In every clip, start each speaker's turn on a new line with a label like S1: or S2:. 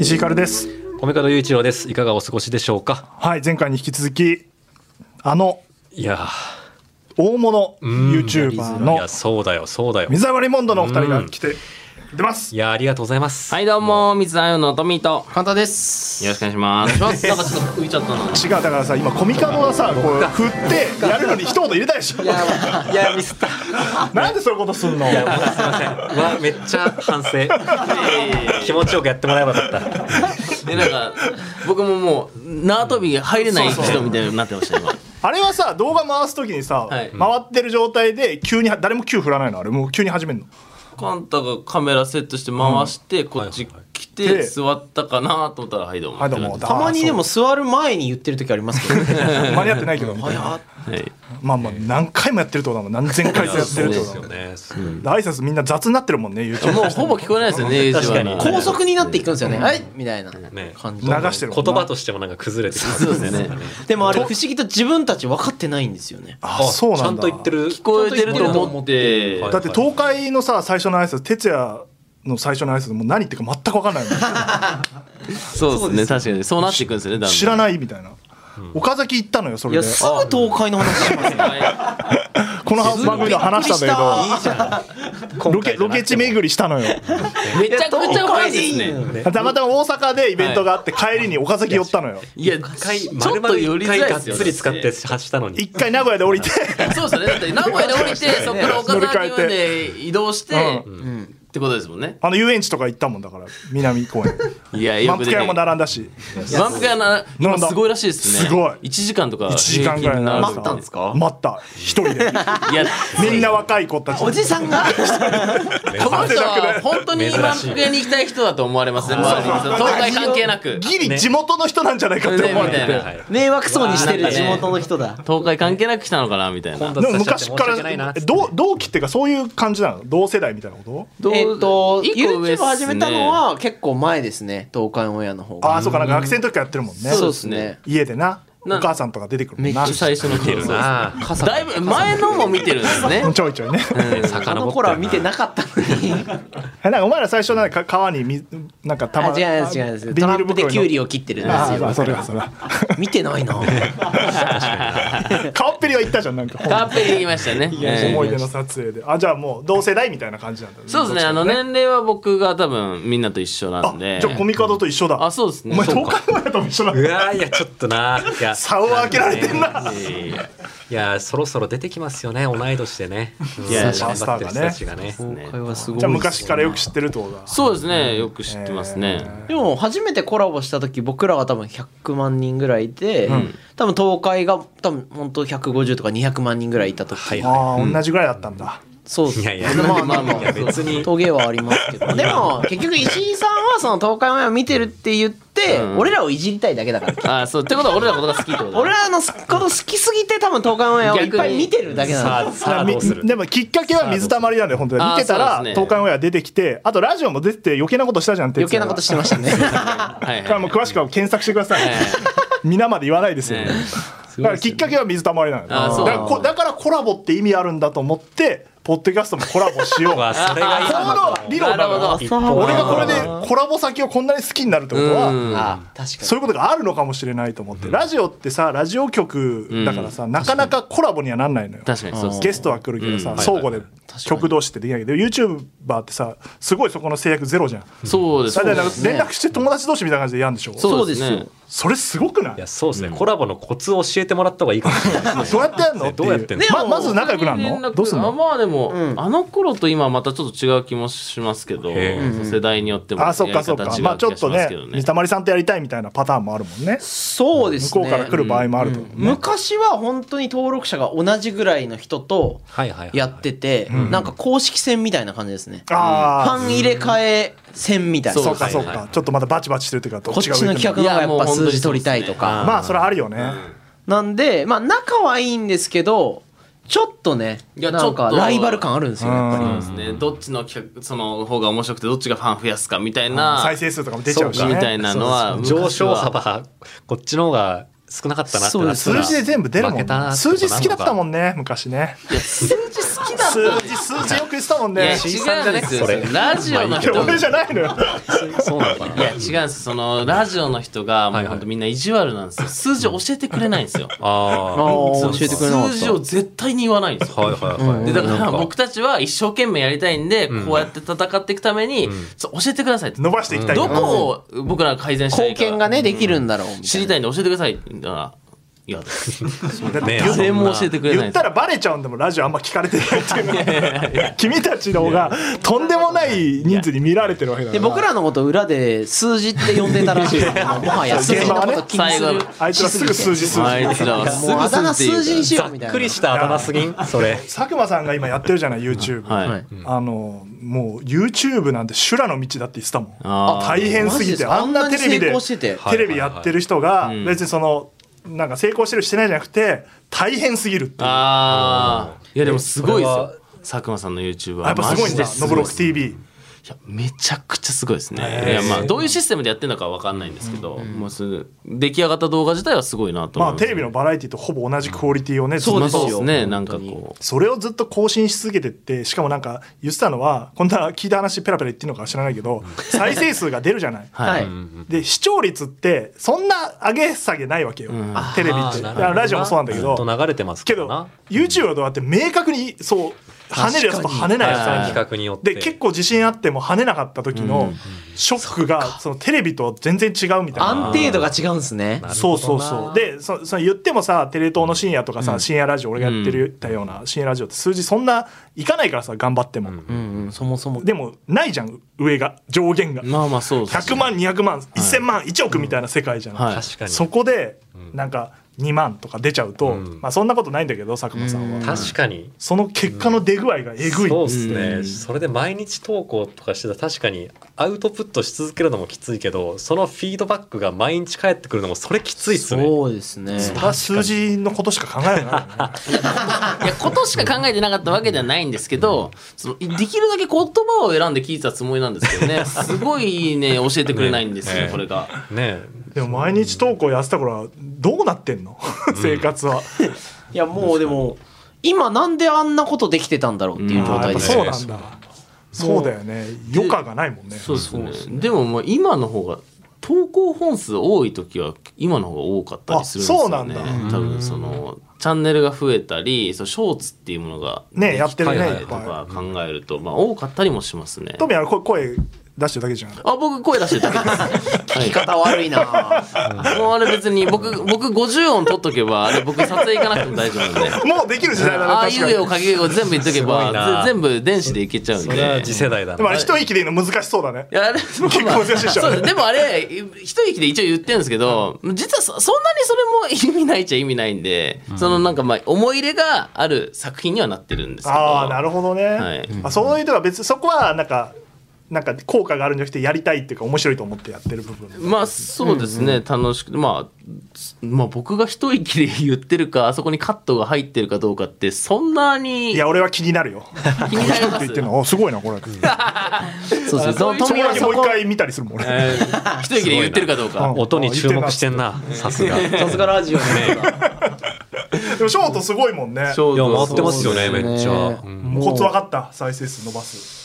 S1: 石井かるです
S2: 米門雄一郎ですいかがお過ごしでしょうか
S1: はい前回に引き続きあの
S2: いや
S1: 大物
S2: ー
S1: YouTuber
S2: い
S1: の
S2: やそうだよそうだよ
S1: 水溜りボンドのお二人が来て出ます
S2: いやありがとうございます
S3: はいどうも水溜りのトミーと
S4: 簡単です
S3: よろしくお願いしますなんかちょっと浮いちゃったな
S1: 違うだからさ今コミカドがさこう振ってやるのに一言入れたでしょ
S2: いやミスった
S1: なんでそういうことすんの
S2: すいませんうわめっちゃ反省 気持ちよくやってもらえばよかった
S3: でなんか僕ももう縄跳びが入れない人みたいになってました今
S1: あれはさ動画回すときにさ
S3: はい
S1: 回ってる状態で急に誰も球振らないのあれもう急に始めるの
S3: カンタがカメラセットして回して、こっち来て
S1: で
S3: 座ったかなと思ったらはいどうも
S1: はいどうも
S4: たまにでも座る前に言ってる時ありますけどね
S1: あそう間に合ってないけどみたいな
S3: はい
S1: まあまあ何回もやってるってことだもん何千回とやってるってことだもん
S2: ね
S1: で挨拶みんな雑になってるもんね YouTube
S3: もうほぼ聞こえないですよね
S2: 確かに
S3: 一番
S4: 高速になっていくんですよね、はいみたいな
S2: ね
S4: 感じ
S1: 流してるもんな
S2: 言葉としてもなんか崩れて
S3: そうですね
S4: でもあれ不思議と自分たち分かってないんですよね
S1: あそうなんだ
S2: ちゃんと言ってる
S3: 聞こえてると思って
S2: はい
S1: だって東海のさ最初の挨拶哲也の最初の挨拶もう何言ってるか全く分かんないもん
S3: そうですね確かにそうなっていくんですよね
S1: 知らないみたいな、岡崎行ったのよそ
S4: い
S1: れ
S4: や
S1: です
S4: ぐ東海の話しますね
S1: この番組では話したん
S4: びっ
S1: だ
S4: くりした
S1: けどロケロケ地巡りしたのよ
S3: めちゃくちゃ怖いですね
S1: たまたま大阪でイベントがあって帰りに岡崎寄ったのよ
S3: いや
S2: 一回
S3: ちょ
S2: 丸
S3: っと
S2: 々
S3: 寄
S2: 一
S3: りづ
S2: 回
S3: ら
S2: が
S3: いで
S2: っ
S3: すよ
S2: つり使って発したのに
S1: 一回名古屋で降りて
S3: そうですよねだって名古屋で降りてそこから岡崎ま
S1: 乗り
S3: で移動して
S1: う
S3: ってことですもんね
S1: あの遊園地とか行ったもんだから南公園
S3: いやよ
S1: 満
S3: く
S1: 腹
S3: で
S1: 屋も
S3: 満
S1: 並んだし
S3: 腹屋な今すごいらしいですね
S1: すごい
S3: 一時間とか
S1: 1時間ぐらい並んだ
S3: 平
S4: 待ったんですか
S1: 待った一人で
S3: 均 になるいや
S1: みんな若い子たち
S4: おじさんが
S3: この人は本当に
S2: 珍しい
S3: 満腹屋に行きたい人だと思われますね周りに東海関係 なく
S1: ギリ地元の人なんじゃないかって思われて
S3: ねみたいな
S1: て
S2: はい
S4: 迷惑そうにして
S3: わ
S4: る
S3: あ
S4: 地元の人だ
S3: 東海関係なく来たのかなみたいな
S1: でも昔から同同期っていうかそういう感じなの同世代みたいなこと
S3: どう
S4: えっと
S3: 一個上っ
S4: YouTube
S3: すね
S4: 始めたのは結構前ですね東海オンエアの方
S1: あ
S4: が
S1: あそうかなんか学生の時からやってるもんね
S4: そうですね
S1: 家でなお
S3: な
S1: 母さんとか出てくるも
S4: め
S1: ん
S4: っちゃ
S1: な
S4: 最初の
S2: 見てる
S4: 頃
S2: な
S4: 傘
S3: だいぶ前のも見てるんですね
S1: ちょいちょいね
S4: あの頃は見てなかったのに
S1: えなんかお前ら最初なん か川にみなんかたま
S4: あ違う違う違うです
S1: ビ
S4: ト
S1: ニ
S4: ラ
S1: ール
S4: ンプで
S1: 袋
S4: キュウ
S1: に
S4: リを切ってるんで
S1: あ
S4: す
S1: あ
S4: よ
S1: それは それは
S4: 見てないな
S1: 顔っぺりは行ったじゃんなんか
S3: カーペリ行きましたねえ え
S1: 思い出の撮影であじゃあもう同世代みたいな感じなんだね
S3: そうですねあの年齢は僕が多分みんなと一緒な
S1: あ
S3: んで
S1: じゃあコミカドと一緒だ
S3: あそうですね
S1: お前
S3: そう
S1: 東
S3: か
S1: 海オンエアとも 一緒だ
S2: うわーいやちょっとなーいや
S1: 差を開けられてんない
S2: やいやいやいやそろそろ出てきますよね同い年 でねい
S3: や
S1: スーパースターがね
S2: 人たちがね
S3: ね
S4: 会話すご
S1: じゃあ昔からよく知ってるってことだ
S3: そうですねよく知ってますね
S4: でも初めてコラボした時僕らが多分100万人ぐらいいて、多分東海が多分本当150とか200万人ぐらいいた時、
S2: はいは
S1: ああ同じぐらいだったんだ
S4: そうです
S2: いやいや
S4: まあまあま
S2: いや
S4: あ
S2: 別に
S4: トゲはありますけどでも結局石井さんはその東海オンエア見てるって言って、
S3: うん
S4: 俺らをいじりたいだけだから
S3: あそうってことは俺らのことが好きってことだ
S4: 俺らのこと好きすぎて多分東海オンエアをいっぱい見てるだけな
S2: さ
S4: の
S2: あさあ
S1: み
S2: どうする
S1: でもきっかけは水たまりなんで本当に
S3: あー
S1: 見てたら、
S3: そうですね
S1: 東海オンエア出てきてあとラジオも出てて余計なことしたじゃん
S4: 余計なことしてましたね
S3: は
S1: だ
S3: い
S1: から
S3: は
S1: もう詳しくは検索してください
S3: い
S1: 皆まで言わないですよ、
S3: ええす
S1: だから
S3: ごいっす
S1: きっ
S3: ね
S1: かけは水たまりなのよ
S3: あーそう
S1: だからこだからコラボって意味あるんだと思ってポッドキャストもコラボしよう
S2: うわ
S1: が
S2: それがいい
S1: この理論な
S3: なる
S1: の
S3: ほ
S1: よ
S3: ど
S1: 俺がこれでコラボ先をこんなに好きになるってことは、
S3: うん
S4: あ 確かに
S1: そういうことがあるのかもしれないと思って、ラジオってさラジオ局だからさ、なかなかコラボにはなんないのよ
S3: 確かにそうです
S1: ゲストは来るけどさ、
S2: うん
S1: 相互で
S4: かに
S1: 曲同士ってできないけど YouTuber ってさすごいそこの制約ゼロじゃん
S3: そうです
S1: だからなんか
S4: すね
S1: 連絡して友達同士みたいな感じでやんでしょ
S3: そうです
S4: そう
S3: ね
S4: です
S1: それすごくない
S2: いやそうですね、コラボのコツを教えてもらった方がいいかもしれないで す
S1: どうやってやんの
S2: ねどうやってんの
S1: ていうままず仲良くなる
S3: 連
S1: の
S3: 絡
S1: どうすん
S3: あ
S1: の
S3: まあでも、あの頃と今はまたちょっと違う気もしますけど、
S2: へ
S3: 世代によっても
S1: あそっかそっ
S3: や
S1: か
S3: り方違う気
S1: まあちょっ
S3: がし
S1: と
S3: ます
S1: ね
S3: けどね
S1: 水たまりさんとやりたいみたいなパターンもあるもんね
S4: そうですね
S1: 向こうから来る場合もあると思うね
S4: 昔は本当に登録者が同じぐらいの人と
S2: はいはいはい
S4: やってて、なんか公式戦みたいな感じですね、フ
S1: あ
S4: ァン入れ替え戦みたいな
S1: あそっかそっ
S2: はいは
S1: かちょっとまだバチバチしてるっていうかど
S4: こ
S1: っ
S4: っ
S1: ち
S4: ち
S1: が
S4: の
S1: 上
S4: 企
S1: 手
S4: 画
S1: な
S4: の方がやっぱ数字取りたいと
S3: いやもう本当にそうです
S4: か
S3: ね
S1: まあそれはあるよね
S4: なんでまあ仲はいいんですけどちょっとね
S3: いや
S4: なんか
S3: ちょっと
S4: ライバル感あるんですよやっぱり
S1: うん
S3: ですねどっちの企画その方が面白くてどっちがファン増やすかみたいな
S1: 再生数とかも出ちゃうし
S2: そう
S1: ね
S2: か
S3: みたいなのは
S2: 上昇
S3: 昔は
S2: 幅こっちの方が少なかったなってなった
S1: 数
S2: ら
S1: 字で全部出るもん、
S2: 負けたなってこと
S1: 数字好きだったも
S2: なん
S1: ね昔ね
S3: 数字好きだ
S1: 数字数字よく言ってたもん
S3: いや
S1: ね
S3: 違
S2: 新さんじゃ
S3: うん
S2: な
S3: で
S2: い
S3: すよ
S2: それ
S3: ラジオの
S1: いや
S3: 人
S1: 俺じゃないのよ
S2: のかそうなのかない
S3: や違うんですそのラジオの人がも
S2: はいは
S3: う
S2: い
S3: 本当みんな意地悪なんですよ数字を教えてくれないんですよ
S2: あ
S4: あ
S2: ー
S4: ー教えてくれなかった
S3: 数字を絶対に言わないんですよ
S2: はいはいはい
S4: うん
S3: でだか
S2: な
S3: ら
S2: ん
S3: 僕たちは一生懸命やりたいんで、
S2: うん
S3: こうやって戦っていくために、
S2: うん
S3: そう教えてくださいって
S1: 伸ばしていきたいか
S3: ど
S1: ら
S3: こを僕らが改善したらい
S4: 貢
S3: いか
S4: 献がねできるんだろうみたいな
S3: 知りたいんで教えてくださいって言ったらいや
S1: だって
S2: ね
S1: 言う
S3: 誰も教えてくれな
S1: 言
S3: い
S1: ったらバレちゃうんでもんラジオあんま聞かれてないっていうのは君たちの方がとんでもない人数に見られてるわけだか
S4: で僕らのこと裏で数字って呼んでたらしいですよもうもはや 数字のこと気に
S3: 最
S4: する
S3: 後
S1: あいつらすぐ数字数字
S3: あいつらはす
S4: もうあだ名
S3: ぐ
S4: 数字にしよ
S2: ざ
S4: う
S2: っ
S4: みたいな
S2: くりしたあだ名すぎんそれ
S1: 佐久間さんが今やってるじゃない YouTube、
S3: はい、
S4: はい
S1: あのもう YouTube なんて修羅の道だって言ってたもん
S3: あー
S1: 大変すぎて
S4: マジですか
S1: あんなテレビ
S4: あんなに成
S1: で
S4: 功してて
S1: テレビやってる人が
S3: いはい
S1: 別にそのなんか成功してるしてないじゃなくて大変すぎるっていうや
S3: あーいやでもすごいです
S2: これ
S3: よ
S2: は
S3: 佐久間さんの YouTube は
S1: っぱすごいんだ
S3: マジです
S1: 「
S3: ご
S1: ノ
S3: い
S1: ブロック TV」
S3: いやめちゃくちゃすごいですね、
S1: へー
S3: いやまあどういうシステムでやってるのかわかんないんですけど、もうすぐ出来上がった動画自体はすごいなと思
S1: ま
S3: い
S1: あ
S3: ます
S1: テレビのバラエティとほぼ同じクオリティをねずっ
S3: そう
S1: と
S3: です
S4: そう
S3: よ
S4: ですよ
S3: ね
S4: 本
S3: なん
S4: 当
S3: か
S4: に
S3: こ
S1: それをずっと更新し続けてってしかもなんか言ってたのはこんな聞いた話ペラペラ言ってるのか知らないけど再生数が出るじゃない。
S3: はい
S4: はい
S1: で視聴率ってそんな上げ下げないわけよ、
S3: ん
S1: テレビってだからラジオもそうなんだけど
S2: ずっと流れてます
S1: け
S2: から
S1: ど
S2: な
S1: YouTube はどうやって明確にそう跳ねるやつと跳ねないやつあるじゃん
S2: 企画によって
S1: で結構自信あっても跳ねなかった時のショックがそのテレビと全然違うみたいな。
S4: 安定度が違うんですね
S1: そうそうそうでそその言ってもさテレ東の深夜とかさ、深夜ラジオ俺がやってるたような深夜ラジオって数字そんないかないからさ頑張っても、
S4: うんうんそもそも
S1: でもないじゃん上が上限が
S3: うまあまあそうです
S1: 100万200万1000万1億みたいな世界じゃない、
S3: はい
S2: 確かに
S1: そこでなんか2万とか出ちゃうと、
S2: うん
S1: まあ、そんなことないんだけど佐久間さんは、
S2: 確かに
S1: その結果の出具合がえぐい
S2: そうですね、
S3: うん
S2: それで毎日投稿とかしてたら確かにアウトプットし続けるのもきついけどそのフィードバックが毎日返ってくるのもそれきついっすね
S4: そうですね
S1: それは数字のことしか考えないよね
S3: いやことしか考えてなかったわけではないんですけど、そのできるだけ言葉を選んで聞いてたつもりなんですけど ねすごいね教えてくれないんですよ、
S2: ね
S3: これが。
S2: ね
S1: でも毎日投稿やってた頃はどうなってんの 生活は、
S4: いやもうでも今なんであんなことできてたんだろうっていう状
S1: ああやっ
S4: 態
S1: ぱ
S4: です
S1: そう
S4: よ
S1: なんだそうだよね余暇がないもんね
S3: そうですねでももう今の方が投稿本数多い時は今の方が多かったりするんですよね
S1: あそうなん
S3: 多分そのチャンネルが増えたりそのショーツっていうものが
S1: ね
S3: でき
S1: やってるね
S3: たり
S1: いっ
S3: と
S1: ぱい
S3: か考えると、まあ、多かったりもしますね
S1: トミーはこ声出してるだけじゃん
S3: あ僕声出してるだけです、はい
S4: 言い方悪いな
S3: もうあれ別に僕僕50音取っとけばあれ僕撮影行かなくても大丈夫なんで
S1: もうできる時代だ
S3: あ
S1: な
S3: あ
S1: 確
S3: いう絵を
S1: か
S3: かけを全部言っとけ
S2: すごいな
S3: ばぜ全部電子でいけちゃうん
S2: そ
S3: で
S2: れは次世代だ
S1: にでもあ
S2: な
S1: れ一息で言うの難しそうだね
S3: いやあれまあ
S1: 結構難しいでしょ
S3: そうですでもあれ一息で一応言ってるんですけど実はそそんなにそれも意味ないっちゃ意味ないんで、そのなんかまあ思い入れがある作品にはなってるんですけど
S1: ああなるほどね、
S3: はい
S1: あそういう人は別にそこはなんかなんか効果があるんじゃなくてやりたいっていうか面白いと思ってやってる部分
S3: まあそうですね、楽しくまあすまあ僕が一息で言ってるかあそこにカットが入ってるかどうかってそんないに
S1: や俺は気になるよ
S3: 気になり
S1: って
S3: ま
S1: 言
S3: す
S1: ってるのおすごいなこれ
S4: そうですね
S3: そういう
S4: トミーは
S1: も
S4: そう
S1: 一
S4: こ
S1: 回見たりするもん俺
S3: 一息で言ってるかどうか
S1: うん
S2: 音に注目して んなさすが
S4: さすがラジオね
S1: でもショートすごいもんね
S3: ちょう
S2: いや
S3: ど
S2: 回ってますよね
S4: そうですね
S2: めっちゃ、う
S1: も
S2: ん
S1: うコツ分かった再生数伸ばす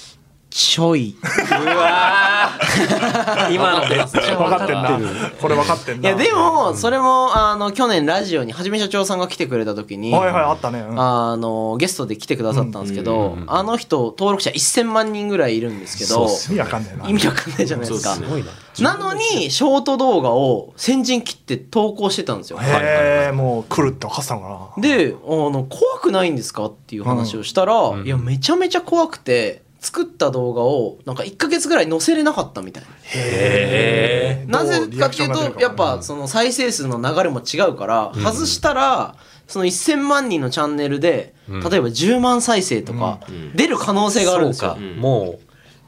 S4: ちょいう
S2: わー今のめっちゃ
S1: 分かってんなこれ分かってん
S4: い
S1: ない
S4: やでもそれもあの去年ラジオにはじめ社長さんが来てくれた時に
S1: はいはいあったね、うん
S4: あのゲストで来てくださったんですけど、あの人登録者1000万人ぐらいいるんですけど
S2: そうっす
S1: 意味わかんねえな
S4: 意味わかんないじゃないですか
S3: そうっ
S2: すごいな
S4: なのにショート動画を先陣切って投稿してたんですよ
S1: へえもう来るって分かってたのかな
S4: であの怖くないんですかっていう話をしたら、
S2: ん
S4: いやめちゃめちゃ怖くて作った動画をなんか1ヶ月ぐらい載せれなかったみたい
S2: へ
S4: ななぜ
S1: どうリ
S4: か
S1: ア
S4: っ
S1: ク
S4: て
S1: ショ
S4: い
S1: ンが出る
S4: う
S1: か
S4: とやっぱその再生数の流れも違うから外したらその1000万人のチャンネルで
S2: うん
S4: 例えば10万再生とか出る可能性があるんですよ
S2: そうかもう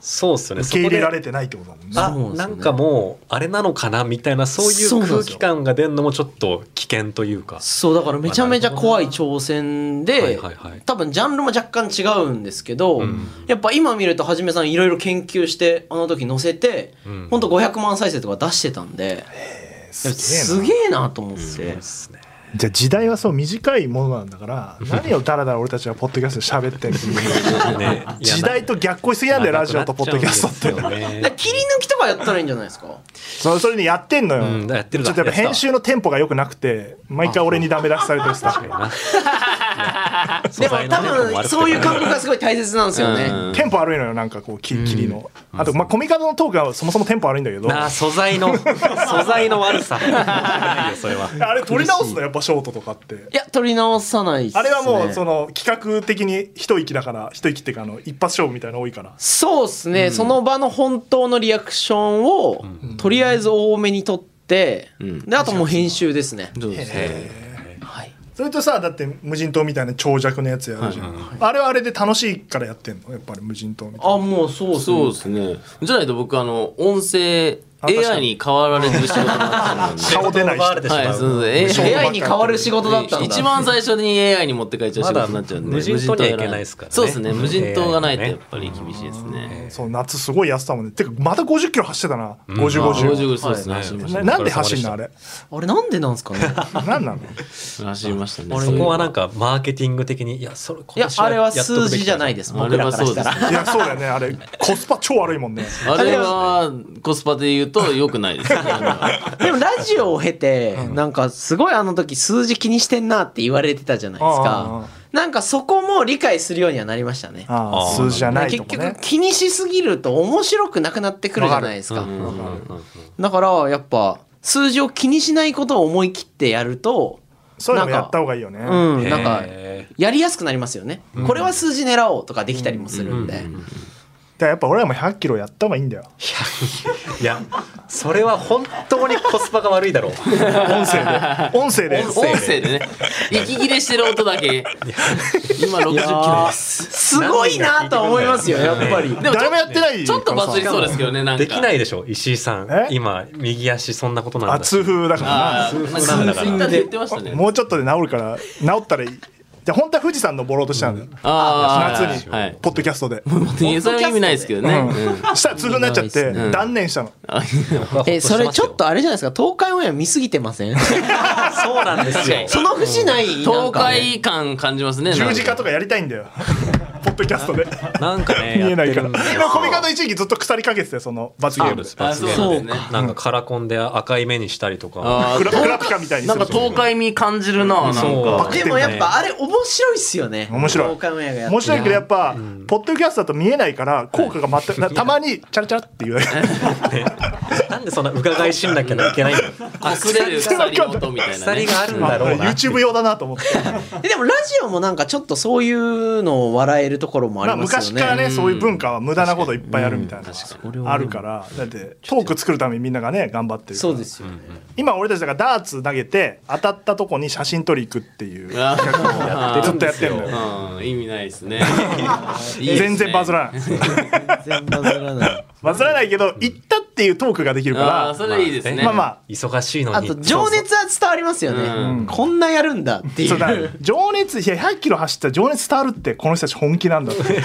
S2: そうっすよね
S1: 受け入れら
S2: れ
S1: れてないってことだもんね
S2: あ
S4: そうなんです
S2: な
S4: よね
S2: んかもうあれなのかなみたいなそうい
S4: そう
S2: う
S4: なんです
S2: 空気
S4: よ
S2: 感が出るのもちょっと危険というか
S4: そうだからめちゃめちゃ怖い挑戦で、
S2: はいはいはい
S4: 多分ジャンルも若干違うんですけど、
S2: ん
S4: やっぱ今見るとはじめさんいろいろ研究してあの時載せて、
S2: うん
S4: ほんと500万再生とか出してたんで、す
S1: え
S4: げえなと思っ
S2: そう
S4: て
S2: で、すね
S1: なじゃあ時代はそう短いものなんだから何をだらだら俺たちはポッドキャストで喋ってんの
S2: ねいや
S1: 時代と逆行しすぎなんだよ
S2: 長
S1: ラジオとポッドキャストって
S2: くなっちゃうんですよ
S4: だか
S2: ね
S4: ら切り抜きとかやったらいいんじゃないですか
S1: そそれにやってんのよ、
S2: うんやってる
S1: ちょ
S2: な
S1: っとやっぱ編集のテンポが良くなくて毎回俺にダメ出しされてるスタッフが
S4: でも多分そういう感覚がすごい大切なんですよね、
S3: うん
S1: テンポ悪いのよなんかこうき切りの、あとまあコミカドのトークはそもそもテンポ悪いんだけど
S2: なあ素材の素材の悪さないよそれは
S1: あれ取り直すのやっぱショートとかって
S4: いや取り直さないっすね
S1: あれはもうその企画的に一息だから一息っていうかあの一発勝負みたいなの多いから
S4: そうですね、その場の本当のリアクションを、とりあえず多めに取って、
S3: ん
S4: であともう編集ですね、
S3: そうですね
S4: はい、
S1: それとさだって無人島みたいな長尺のやつやるじゃん、あれはあれで楽しいからやってんのやっぱり無人島みたい
S4: あもうそうっす
S3: そう
S4: ね
S3: ですねじゃないと僕あの音声
S1: あ確かに
S3: AI に変わられてる仕事になってしま
S1: 顔
S3: うんで
S1: 出ない人
S2: 奪わ れてし
S3: はい
S2: ま
S3: そううですね AI
S4: AI に変わる仕事だったんだ
S3: 一番最初に AI に持って帰っちゃう仕事になっちゃうんで
S2: まだ無人島には行けないですからね
S3: そうですね無人島がないと
S2: AI ね
S3: やっぱり厳しいですね
S1: そう夏すごい痩せたもんねてかまた50キロ走ってたな
S3: あ
S1: 5050、
S3: 55そうですね
S2: はい
S3: 走りまし
S1: ななんで走んのあれ
S4: あれなんでなん ですかね
S1: なんなの
S3: た走りましたね
S2: そこはなんかマーケティング的にいやそれ
S4: いやあれは数字じゃないです
S3: あ
S4: 僕
S3: れ
S4: ら
S3: は
S4: から
S3: そ
S4: し
S3: う
S4: た
S3: です
S4: ら
S3: ね
S1: いやそうだよねあれコスパ超悪いもんね
S3: あれはコスパで言うと良くない ですね
S4: でもラジオを経て、なんかすごいあの時数字気にしてんなって言われてたじゃないです
S1: うんうんうん
S4: かなんかそこも理解するようにはなりましたね
S1: あ
S2: あ
S1: あ
S2: ー
S1: 数字じゃないと
S4: 結
S1: こね
S4: 局気にしすぎると面白くなくなってくるじゃないですか、だからやっぱ数字を気にしないことを思い切ってやると
S1: そういうのもやった方がいいよね
S4: うんなんか
S2: へ
S4: やりやすくなりますよね、これは数字狙おうとかできたりもするんで、
S1: だからやっぱ俺らも100キロやった方がいいんだよ
S2: いやそれは本当にコスパが悪いだろう
S1: 音声で音声で
S3: 音声でね息切れしてる音だけ今60キロです
S4: すごいなとは思いますよやっぱり
S3: でもちょ
S1: 誰もやってない
S3: ちょっとバズりそうですけどねなんか
S2: できないでしょ石井さん
S1: え
S2: 今右足そんなことなんだ
S1: あ痛風だからな
S3: ああなんか
S2: 通
S3: ツイ
S2: 風なんだから
S3: ッターで言ってましたね
S1: もうちょっとで治るから治ったらいいじゃあ本当は富士山登ろうとしたんだよ、
S3: ああ
S1: 夏に、
S3: はい
S1: ポッドキャストで、
S3: それは意味ないですけどねうん
S1: したら痛風になっちゃって、
S3: うん
S1: 断念したの
S3: あ
S4: えそれちょっとあれじゃないですか東海オンエア見すぎてません
S2: そうなんですよ
S4: その節ないな
S3: 東
S4: んか
S3: 海感感じますね
S1: 十字架
S3: と
S1: とかやりたいんだよポッドキャストで
S2: なんか ね
S1: 見えないから
S2: やってるんですよ
S1: 今コミカド一時期ずっと腐りかけてたよその罰ゲーム
S2: あ
S3: あそうですね
S2: なんかカラコンで赤い目にしたりとか
S3: あ
S1: クラ
S3: ー
S1: クラピカみたいに
S3: な
S1: す
S3: ん
S1: る
S3: か東海味感じるななん
S2: そう
S3: か
S4: でもやっぱあれ面白いっすよね
S1: 面白い
S4: 東海オンエアがやってる
S1: 面白いけどやっぱ、ポッドキャストだと見えないから効果が全くなたまにチャラチャラっていうだけ
S2: なんでそんな伺い知んなきゃいけないの
S3: 隠れる鎖の音みたいな
S2: 鎖
S3: ね
S2: があるんだろうな
S1: YouTube 用だなと思って
S4: えでもラジオもなんかちょっとそういうのを笑えるところもあ
S1: まあ
S4: りますよね
S1: 昔からねそういう文化は無駄なこといっぱいあるみたいな
S4: に
S1: のがあるからだってトーク作るためにみんながね頑張ってるから
S4: そうですよね、
S1: 今俺たちだからダーツ投げて当たったとこに写真撮り行くっていう企
S3: あー
S1: 画をやってずっとやってるのよ
S3: うん意味ないですね
S1: 全然バズら
S3: ない
S1: ない
S4: 全然バズらない
S1: バズらないけど行ったっていうトークができる
S3: ああー
S1: か
S3: それいいですね
S1: らまあまあ
S2: 忙しいの
S4: あ
S2: に
S4: と情熱は伝わりますよね、
S3: うん
S4: こんなやるんだってい
S1: そう
S4: う
S1: だ情熱いや100キロ走ったら情熱伝わるってこの人たち本気なんだって伝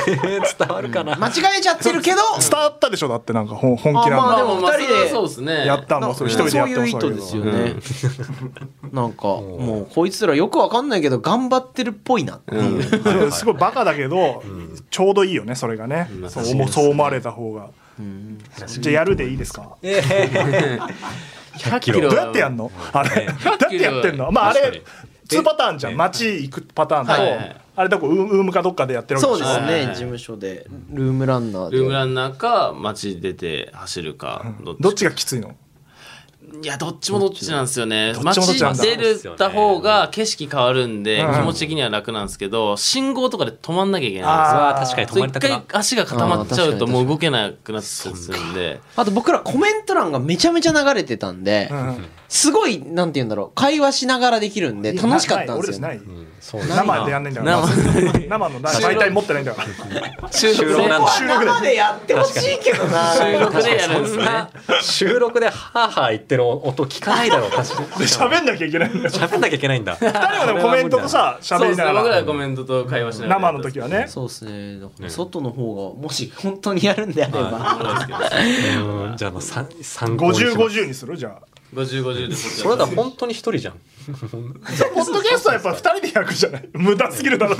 S2: 伝わるかな
S4: 間違えちゃってるけど
S1: わったでしょだってなんかほん本気な
S4: あまあ
S1: ん
S3: で
S1: だ
S3: もまあ
S4: 二人で
S3: そうですね
S1: やったもんそれ一人でやってもそうだけど
S4: そういう意図ですよね、なんかもうこいつらよくわかんないけど頑張ってるっぽいなっていう、
S1: そうすごいバカだけどちょうどいいよねそれがね
S3: まあ
S1: そう
S3: 確かに
S1: そう思われた方がじゃあやるでいいですか
S3: 100キ
S1: どう
S3: ロ
S1: やってやんのあれどうやってやってんのまああ
S2: 確か
S1: れ
S2: に
S1: 2パターンじゃん街行くパターンと
S3: はいはいはい
S1: あれどこウーウームかどっかでやってるわけ
S4: そう
S1: し
S4: で
S1: ょ
S4: す
S3: はい
S4: ね事務所でルームランナーで
S3: ルームランナーか街出て走るかど
S1: ど
S3: っ
S1: っ
S3: ち
S1: ちがきついの
S3: いやどっちもどっちなんですよね
S1: どっちもどっ
S3: 街
S1: ちなんだ
S3: 出るた方が景色変わるんで
S1: うん
S3: 気持ち的には楽なんですけど信号とかで止まんなきゃいけ
S2: う
S3: な
S2: わ
S1: あー
S2: 確かに止ま
S3: いんですよ
S2: り
S3: 一
S2: たくな
S3: 回足が固まっちゃうともう動けなくなっちゃったりするんで
S4: あと僕らコメント欄がめちゃめちゃ流れてたんで、
S1: うん
S4: すごいなんて言うんだろう会話しながらできるんで楽しかったんですよ、
S1: ない
S4: ね、
S1: 俺たちない
S2: そうですね
S1: 生でやんないんだから生の媒体持ってないんだから
S3: 収録
S2: 録なんだ
S1: 収録で
S4: 生でやってほしいけどな
S3: 収録でやるんで
S2: 確かにそ
S3: すね
S2: んな収録でハーハー言ってる音聞かないだろう確かに
S1: 喋んなきゃいけないんだよ
S2: 喋んなきゃいけないんだ
S1: 誰もでもコメントとさ
S3: そう
S1: 喋
S3: で
S1: り
S3: すね
S1: なが
S3: 僕ら
S1: ら
S3: はコメントと会話しながら
S1: 生の時はね
S4: そうですねだから外の方がもし本当にやるんであれば、
S2: うんじゃあまあ参参考にします
S1: 5050にするじゃあ
S3: 5050でそ
S2: それだ本当に一人じゃん
S1: ポッドキャストはやっぱ2人で100じゃない無駄すぎる だろ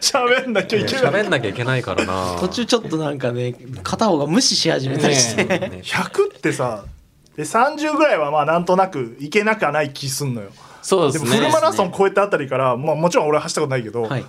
S1: 喋んなきゃいけない
S2: 喋んなきゃいけないからな
S4: 途中ちょっとなんかね片方が無視し始めたりして、
S2: ね
S1: 100ってさで30ぐらいはまあなんとなくいけなくはない気すんのよ
S3: そうで
S1: ですも
S3: ね
S1: フルマラソン超えたあたりから、まあ、もちろん俺は走ったことないけど、
S4: はい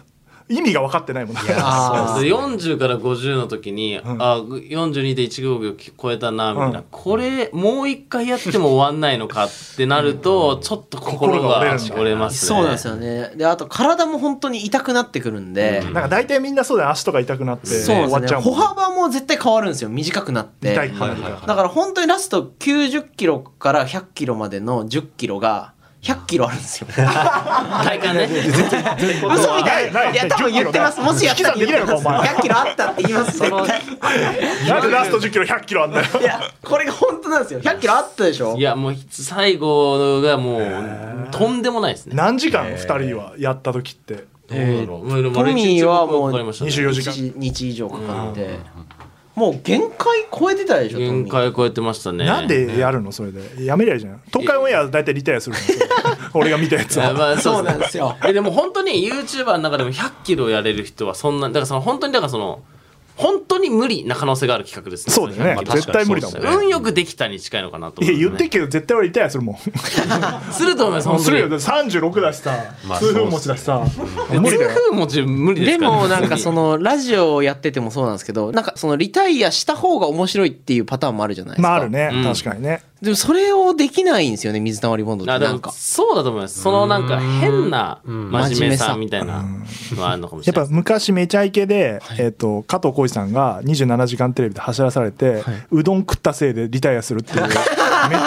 S1: 意味が分かってないもんね
S4: あー
S3: 40から50の時に、あ42.155秒超えたなみたいな、
S1: うん
S3: これもう一回やっても終わんないのかってなると、ちょっと心
S1: 心
S3: が
S1: が折れるんだ
S3: 折れますね
S4: そうなんですよねであと体も本当に痛くなってくるんで、
S1: なんか大体みんなそうだよ足とか痛くなって
S4: そう
S1: 終わ
S4: な
S1: っ
S4: んで
S1: ち
S4: す
S1: ゃ
S4: ね
S1: うも
S4: 歩
S1: ん
S4: 幅も絶対変わるんですよ短くなって
S1: 痛いくなるか
S2: はい
S1: ら
S2: はい
S4: だから本当にラスト90キロから100キロまでの10キロが100キ ロあるんですよ
S3: 体感ね
S4: 嘘みたい
S1: ないない
S4: いや多分言ってますもしやったら言
S1: 引き算で
S4: ってます
S1: きないのかお前
S4: 100キロあったって言います絶対
S1: なんでラスト1 0キロ1 0 0キロあんだよ
S4: いやこれが本当なんですよ100キロあったでしょ
S3: いやもう最後がもうとんでもないですね
S1: 何時間2人はやった時って
S3: えー
S4: トミーはもう
S1: 24時
S4: 1
S1: 間
S4: 日以上かかって、もう限界超えてたでしょトミー
S3: 限界超えてましたね
S1: なんでやるのそれでやめりゃいいじゃん東海オンエア大体リタイアする じゃん俺が見たやつ
S3: あ
S1: は
S3: まあ
S4: そう
S3: で
S4: な
S3: す
S4: ん
S3: ね
S4: ですよ
S3: えでも本当に YouTuber の中でも100キロやれる人はそんなだからその本当にだからその本当に無理な可能性がある企画ですね
S1: そうだよね
S2: まあ
S1: 絶対無理だもんい
S2: 確かにそうですね
S3: 運よくできたに近いのかなと思
S1: や
S3: います
S1: 言ってっけど絶対俺リタイアするもん
S3: すると思います本
S1: す
S3: 当
S1: る
S3: に
S1: よだって36だしさ
S2: まあ
S1: 痛風持ちだしさ無理だよ
S3: 痛風持ち無理ですか
S4: で
S3: らね
S4: もなんかそ
S3: の
S4: のラジオをやっててもそうなんですけどなんかそのリタイアした方が面白いっていうパターンもあるじゃないですか、
S1: まああるね
S3: うん
S1: 確かにね
S4: でもそれをできないんですよね水溜りボンドって
S3: あで
S4: なん
S3: も
S4: か
S3: そうだと思いますそのなんか変な真面目さみたいなのはあるのかもし
S1: や
S3: れ
S1: っ
S3: ない
S1: ぱ昔めちゃイケで、えっと加藤浩次さんが『27時間テレビ』で走らされて、うどん食ったせいでリタイアするっていうめっ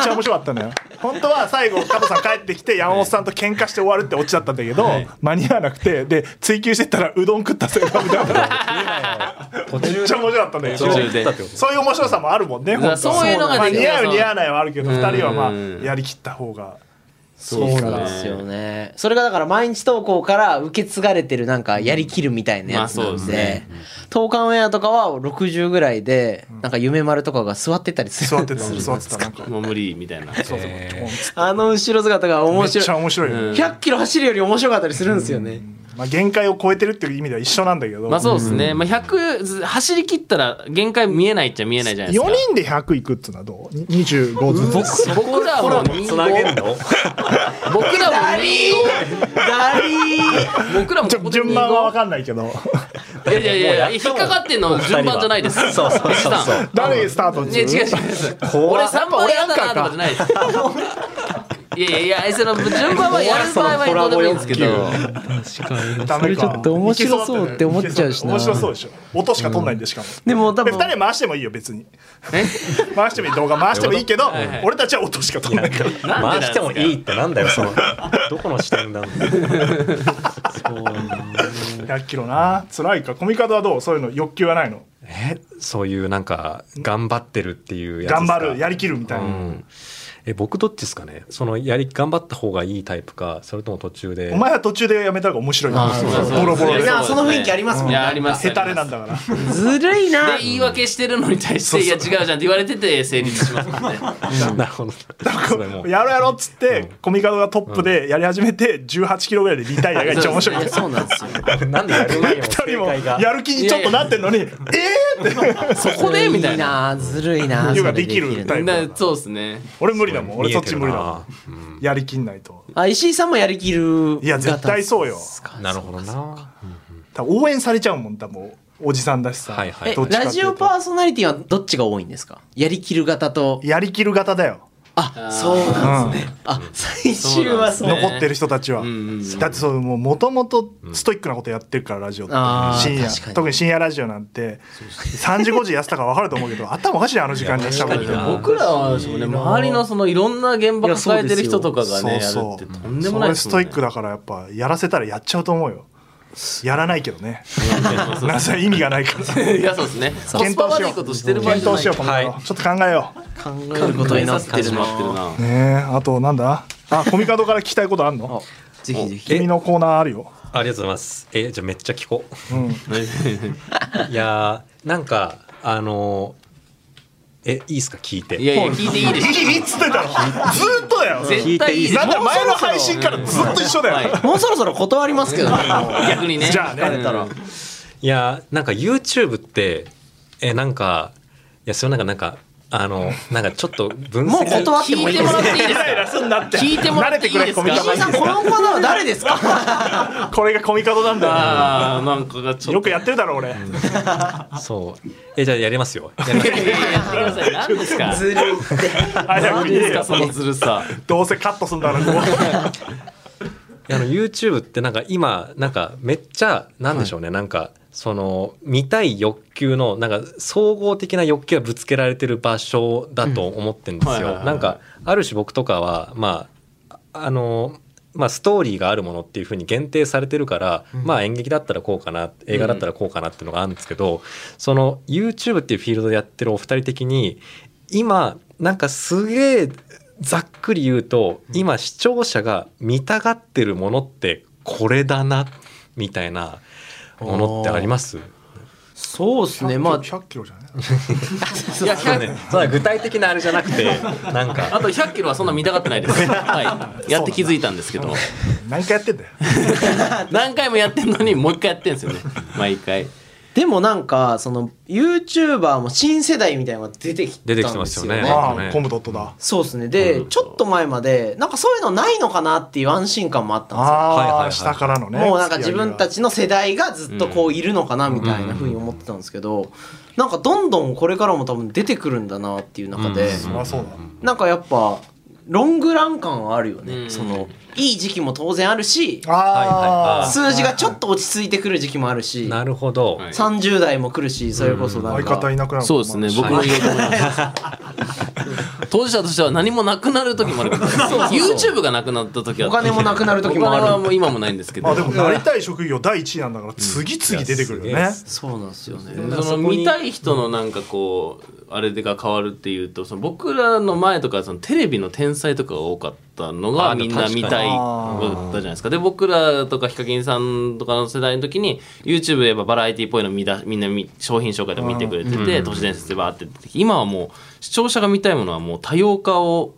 S1: ちゃ面白かったのよ本当は最後加藤さん帰ってきて山本さんと喧嘩して終わるってオチだったんだけど、間に合わなくてで追求してったらうどん食ったせいだみたいな
S2: 途
S1: めっ
S2: 中
S1: ちゃ面白かったんだけど
S3: 途中で
S1: そういう面白さもあるもんね
S3: ん
S1: 本当
S3: そういうのが
S1: まあ
S3: できる
S1: 似合う似合わないはあるけど
S3: うん
S1: 2人はまあやりきった方が
S4: そうなんですよねそれがだから毎日投稿から受け継がれてるなんかやりきるみたいなやつなん
S3: ま
S4: で,、
S3: あそうですね
S4: 投函オンエアとかは60ぐらいでなんか夢丸とかが座ってたりする
S1: 座ってた座ってたなんか
S3: もう無理みたいなそうそう
S4: あの後ろ姿が
S1: め
S4: 面
S1: っちゃ
S4: 白い
S1: 面白いよ、
S3: うん
S4: 100キロ走るより面白かったりするんですよね
S1: まあ、限界を超えてるっていう意味では一緒なんだけど、
S3: まあそうですね、まあ、100ず走り切ったら限界見えないっちゃ見えないじゃないです
S1: 4
S3: か
S1: 人で100いくっつうのはどうに ?25 ずつ。
S3: 僕らも
S2: つなげんの
S3: 僕らも
S4: ダリー
S3: 僕らも
S1: ち
S3: こ
S1: ょ
S3: こで
S1: 順番は分かんないけど
S3: いやいやいや引っかかってんの順番じゃないです
S2: そうそうそうそうう
S1: 誰スタート
S3: ね違う違う違う俺3番やだなとかじゃないですいやいやいやその順番はやる場合はどうでもいいんですけど
S1: ダメか
S4: それちょっと面白そうって思っちゃうしな
S1: 面白そうでしょ音しか取んないんでしかも、
S4: でも多
S1: で
S4: 分
S1: 2人回してもいいよ別に 回してもいい動画回してもいいけど俺たちは音しか取んないから
S3: なんでな
S2: 回し
S3: んですか
S2: てもいいってなんだよそのどこの視点なんだよ
S1: 100キロな辛いかコミカドはどうそういうの欲求はないの
S2: えそういうなんか頑張ってるっていうやつです
S1: 頑
S2: か
S1: 張るやりきるみたいな、
S2: うんえ僕どっちですかねそのやり頑張った方がいいタイプかそれとも途中で
S1: お前は途中でやめた方が面白い
S4: あ
S1: な
S4: ーそうだそうだ
S1: ボロボロ
S4: い
S1: で
S4: やその雰囲気ありますもんね
S3: いやあります
S1: へたれなんだから
S4: ずるいな
S3: で言い訳してるのに対して「いや違うじゃん」って言われてて成立しますもんね
S2: なるほどそれもう
S1: やろうやろうっつって、コミカドがトップでやり始めて18キロぐらいでリタイアが一番面白い
S4: いやそうなんですよ
S2: なんでやる前にも
S1: 二人
S2: 正
S1: も
S2: 解が
S1: やる気にちょっとなってんのに「えー!」
S3: そこでみたいな
S4: なずるいな
S1: いうかできるタイプ
S3: なそうですね
S1: 俺無理だもん俺そっち無理だもん
S2: 見えてるな
S1: やりきんないと
S4: あ石井さんもやりきる
S1: いや絶対そうよ
S2: うんなるほどな
S1: 多分応援されちゃうもん多分おじさんだしさ、
S2: はいはい
S4: え
S1: どっちかっ
S4: ラ
S1: てい
S4: ジ
S1: う
S4: オ
S1: と
S4: パーソナリティはどっちが多いんですかやりきる型と
S1: やりきる型だよ
S4: あそうなんですね、あ最終は
S3: そ
S4: そう
S3: うなんですね
S1: 残ってる人たちは、
S4: うんうんうん
S1: だってそうもともとストイックなことやってるからラジオって、
S4: あー
S1: 深夜
S4: 確かに
S1: 特に深夜ラジオなんて3時5時やってたから分かると思うけど頭おかしいよあの時間にしゃべって
S2: いや確かにな
S3: 僕らはですもんね周りのそのいろんな現場抱えてる人とかがねやる
S1: そうそ
S3: って
S1: う
S3: とんで
S1: そ
S3: もない
S1: れ
S3: です
S1: ス
S3: も
S1: ト
S3: ん
S1: イ
S3: ね
S1: ックだからやっぱやらせたらやっちゃうと思うよやらないけど ねなぜ意味がないから
S3: いや そうですねコスパ悪いことしてる場合
S1: 検
S3: じゃな
S1: 討
S3: い
S1: しよう今度、
S2: は
S1: ちょっと考えよ
S4: 考えることになってるな
S1: うねえあとなんだあコミカドから聞きたいことあん の
S4: ぜひぜひ
S1: 君のコーナーあるよ、
S2: ありがとうございます。え、じゃあめっちゃ聞こ
S1: うん、
S2: う。いやー、なんか、あのー、え、いいっすか聞いて。
S3: いやいや聞いていいで
S1: い
S3: す
S1: いっつってたろずーっとだよ
S3: 絶対いいです
S1: なんだ前の配信からずっと一緒だよ、
S3: は
S4: もうそろそろ断りますけどね
S3: 逆にね
S1: じゃあね
S3: 聞かれたら
S2: いやーなんか YouTube ってえなんかいやそれなんかなんかあのなんかちょっと分析
S4: もう断っても
S3: 聞い
S4: いい
S3: て
S4: で
S3: も
S4: す
S3: らっ
S4: か
S3: ていいで
S1: イ
S3: す
S1: ライラ
S3: か
S1: すんなって
S3: 聞いてもらっていいですか
S1: 慣れてくれ
S4: 石井さんこの方は誰ですか
S1: これがコミカドなんだ
S3: ああなんかがち
S1: よ
S3: ょ
S1: よ
S3: っと
S1: くやってるだろ俺、
S2: そうえじゃあやりますよやります
S3: いやい ややってください何ですか
S4: ずるい
S1: 早く
S3: 何で
S1: 言え
S3: す
S1: よ
S3: かそのずるさ
S1: どうせカットすんだろう
S2: あの YouTube ってなんか今なんかめっちゃなんでしょうね、なんかその見たい欲求のなんか総合的な欲求がぶつけられてる場所だと思ってるんで
S3: うん
S2: す
S3: はいはいは
S2: よ。
S3: い
S2: なんかある種僕とかはまあああのまあ、ストーリーがあるものっていうふうに限定されてるから、まあ演劇だったらこうかな映画だったらこうかなっていうのがあるんですけど、その YouTube っていうフィールドでやってるお二人的に今なんかすげえざっくり言うと今視聴者が見たがってるものってこれだなみたいなものってあります
S4: そうですねまあ
S1: 100キロじゃない
S3: いや
S2: そうねそれは具体的なあれじゃなく てなん
S3: あ
S2: か
S3: と100キロはそんな見たがってないです。はい。やって気づいたんですけど、
S1: 何回やってんだよ
S3: 何回もやってんのにもう一回やってんですよね。毎回。
S4: でもなんかその YouTuber も新世代みたいなのが出てきた
S2: 出
S4: んですよね
S2: てきてますよね
S1: あ
S2: ね
S1: あコムドットだ
S4: そうですねで、
S2: うん
S4: ちょっと前までなんかそういうのないのかなっていう安心感もあったんですよ
S1: ああ、
S2: はいはいはい
S1: 下からのね
S4: もうなんか自分た
S1: ち
S4: ちの世代がずっとこういるのかなみたいなふうに思ってたんですけど、なんかどんどんこれからも多分出てくるんだなっていう中で、
S1: そりゃそうだ
S4: なんかやっぱロングラン感はあるよね、
S3: うん
S4: そのいい時期も当然あるし
S1: ああ、
S2: ー
S4: 数字がちょっと落ち着いてくる時期もあるし、
S2: なるほど、
S3: はい
S4: 30代も来るしそれこそなん
S1: 相方
S4: か
S1: いなくなる
S3: そうですね。僕も言おうと思います。当事者としては何もなくなる時もあるから。YouTube がなくなった時は。
S4: お金もなくなる 時
S3: お
S4: もあ
S3: 金
S4: る
S3: はもう今もないんですけど。
S1: あでもなりたい職業第一位なんだから次々出てくるよ
S2: い
S1: ね
S2: やす
S4: そうなんですよね
S3: その見たい人のなんかこうあれが変わるっていうとその僕らの前とかそのテレビの天才とかが多かったのが
S2: あで
S3: み
S2: も
S3: んな見た
S1: 確か
S3: い
S1: に
S3: だったじゃないですかで僕らとかヒカキンさんとかの世代の時に YouTube でやっぱバラエティっぽいの見だみんなみ商品紹介とか見てくれてて都市伝説でバーって出てきて今はもう視聴者が見たいものはもう多様化を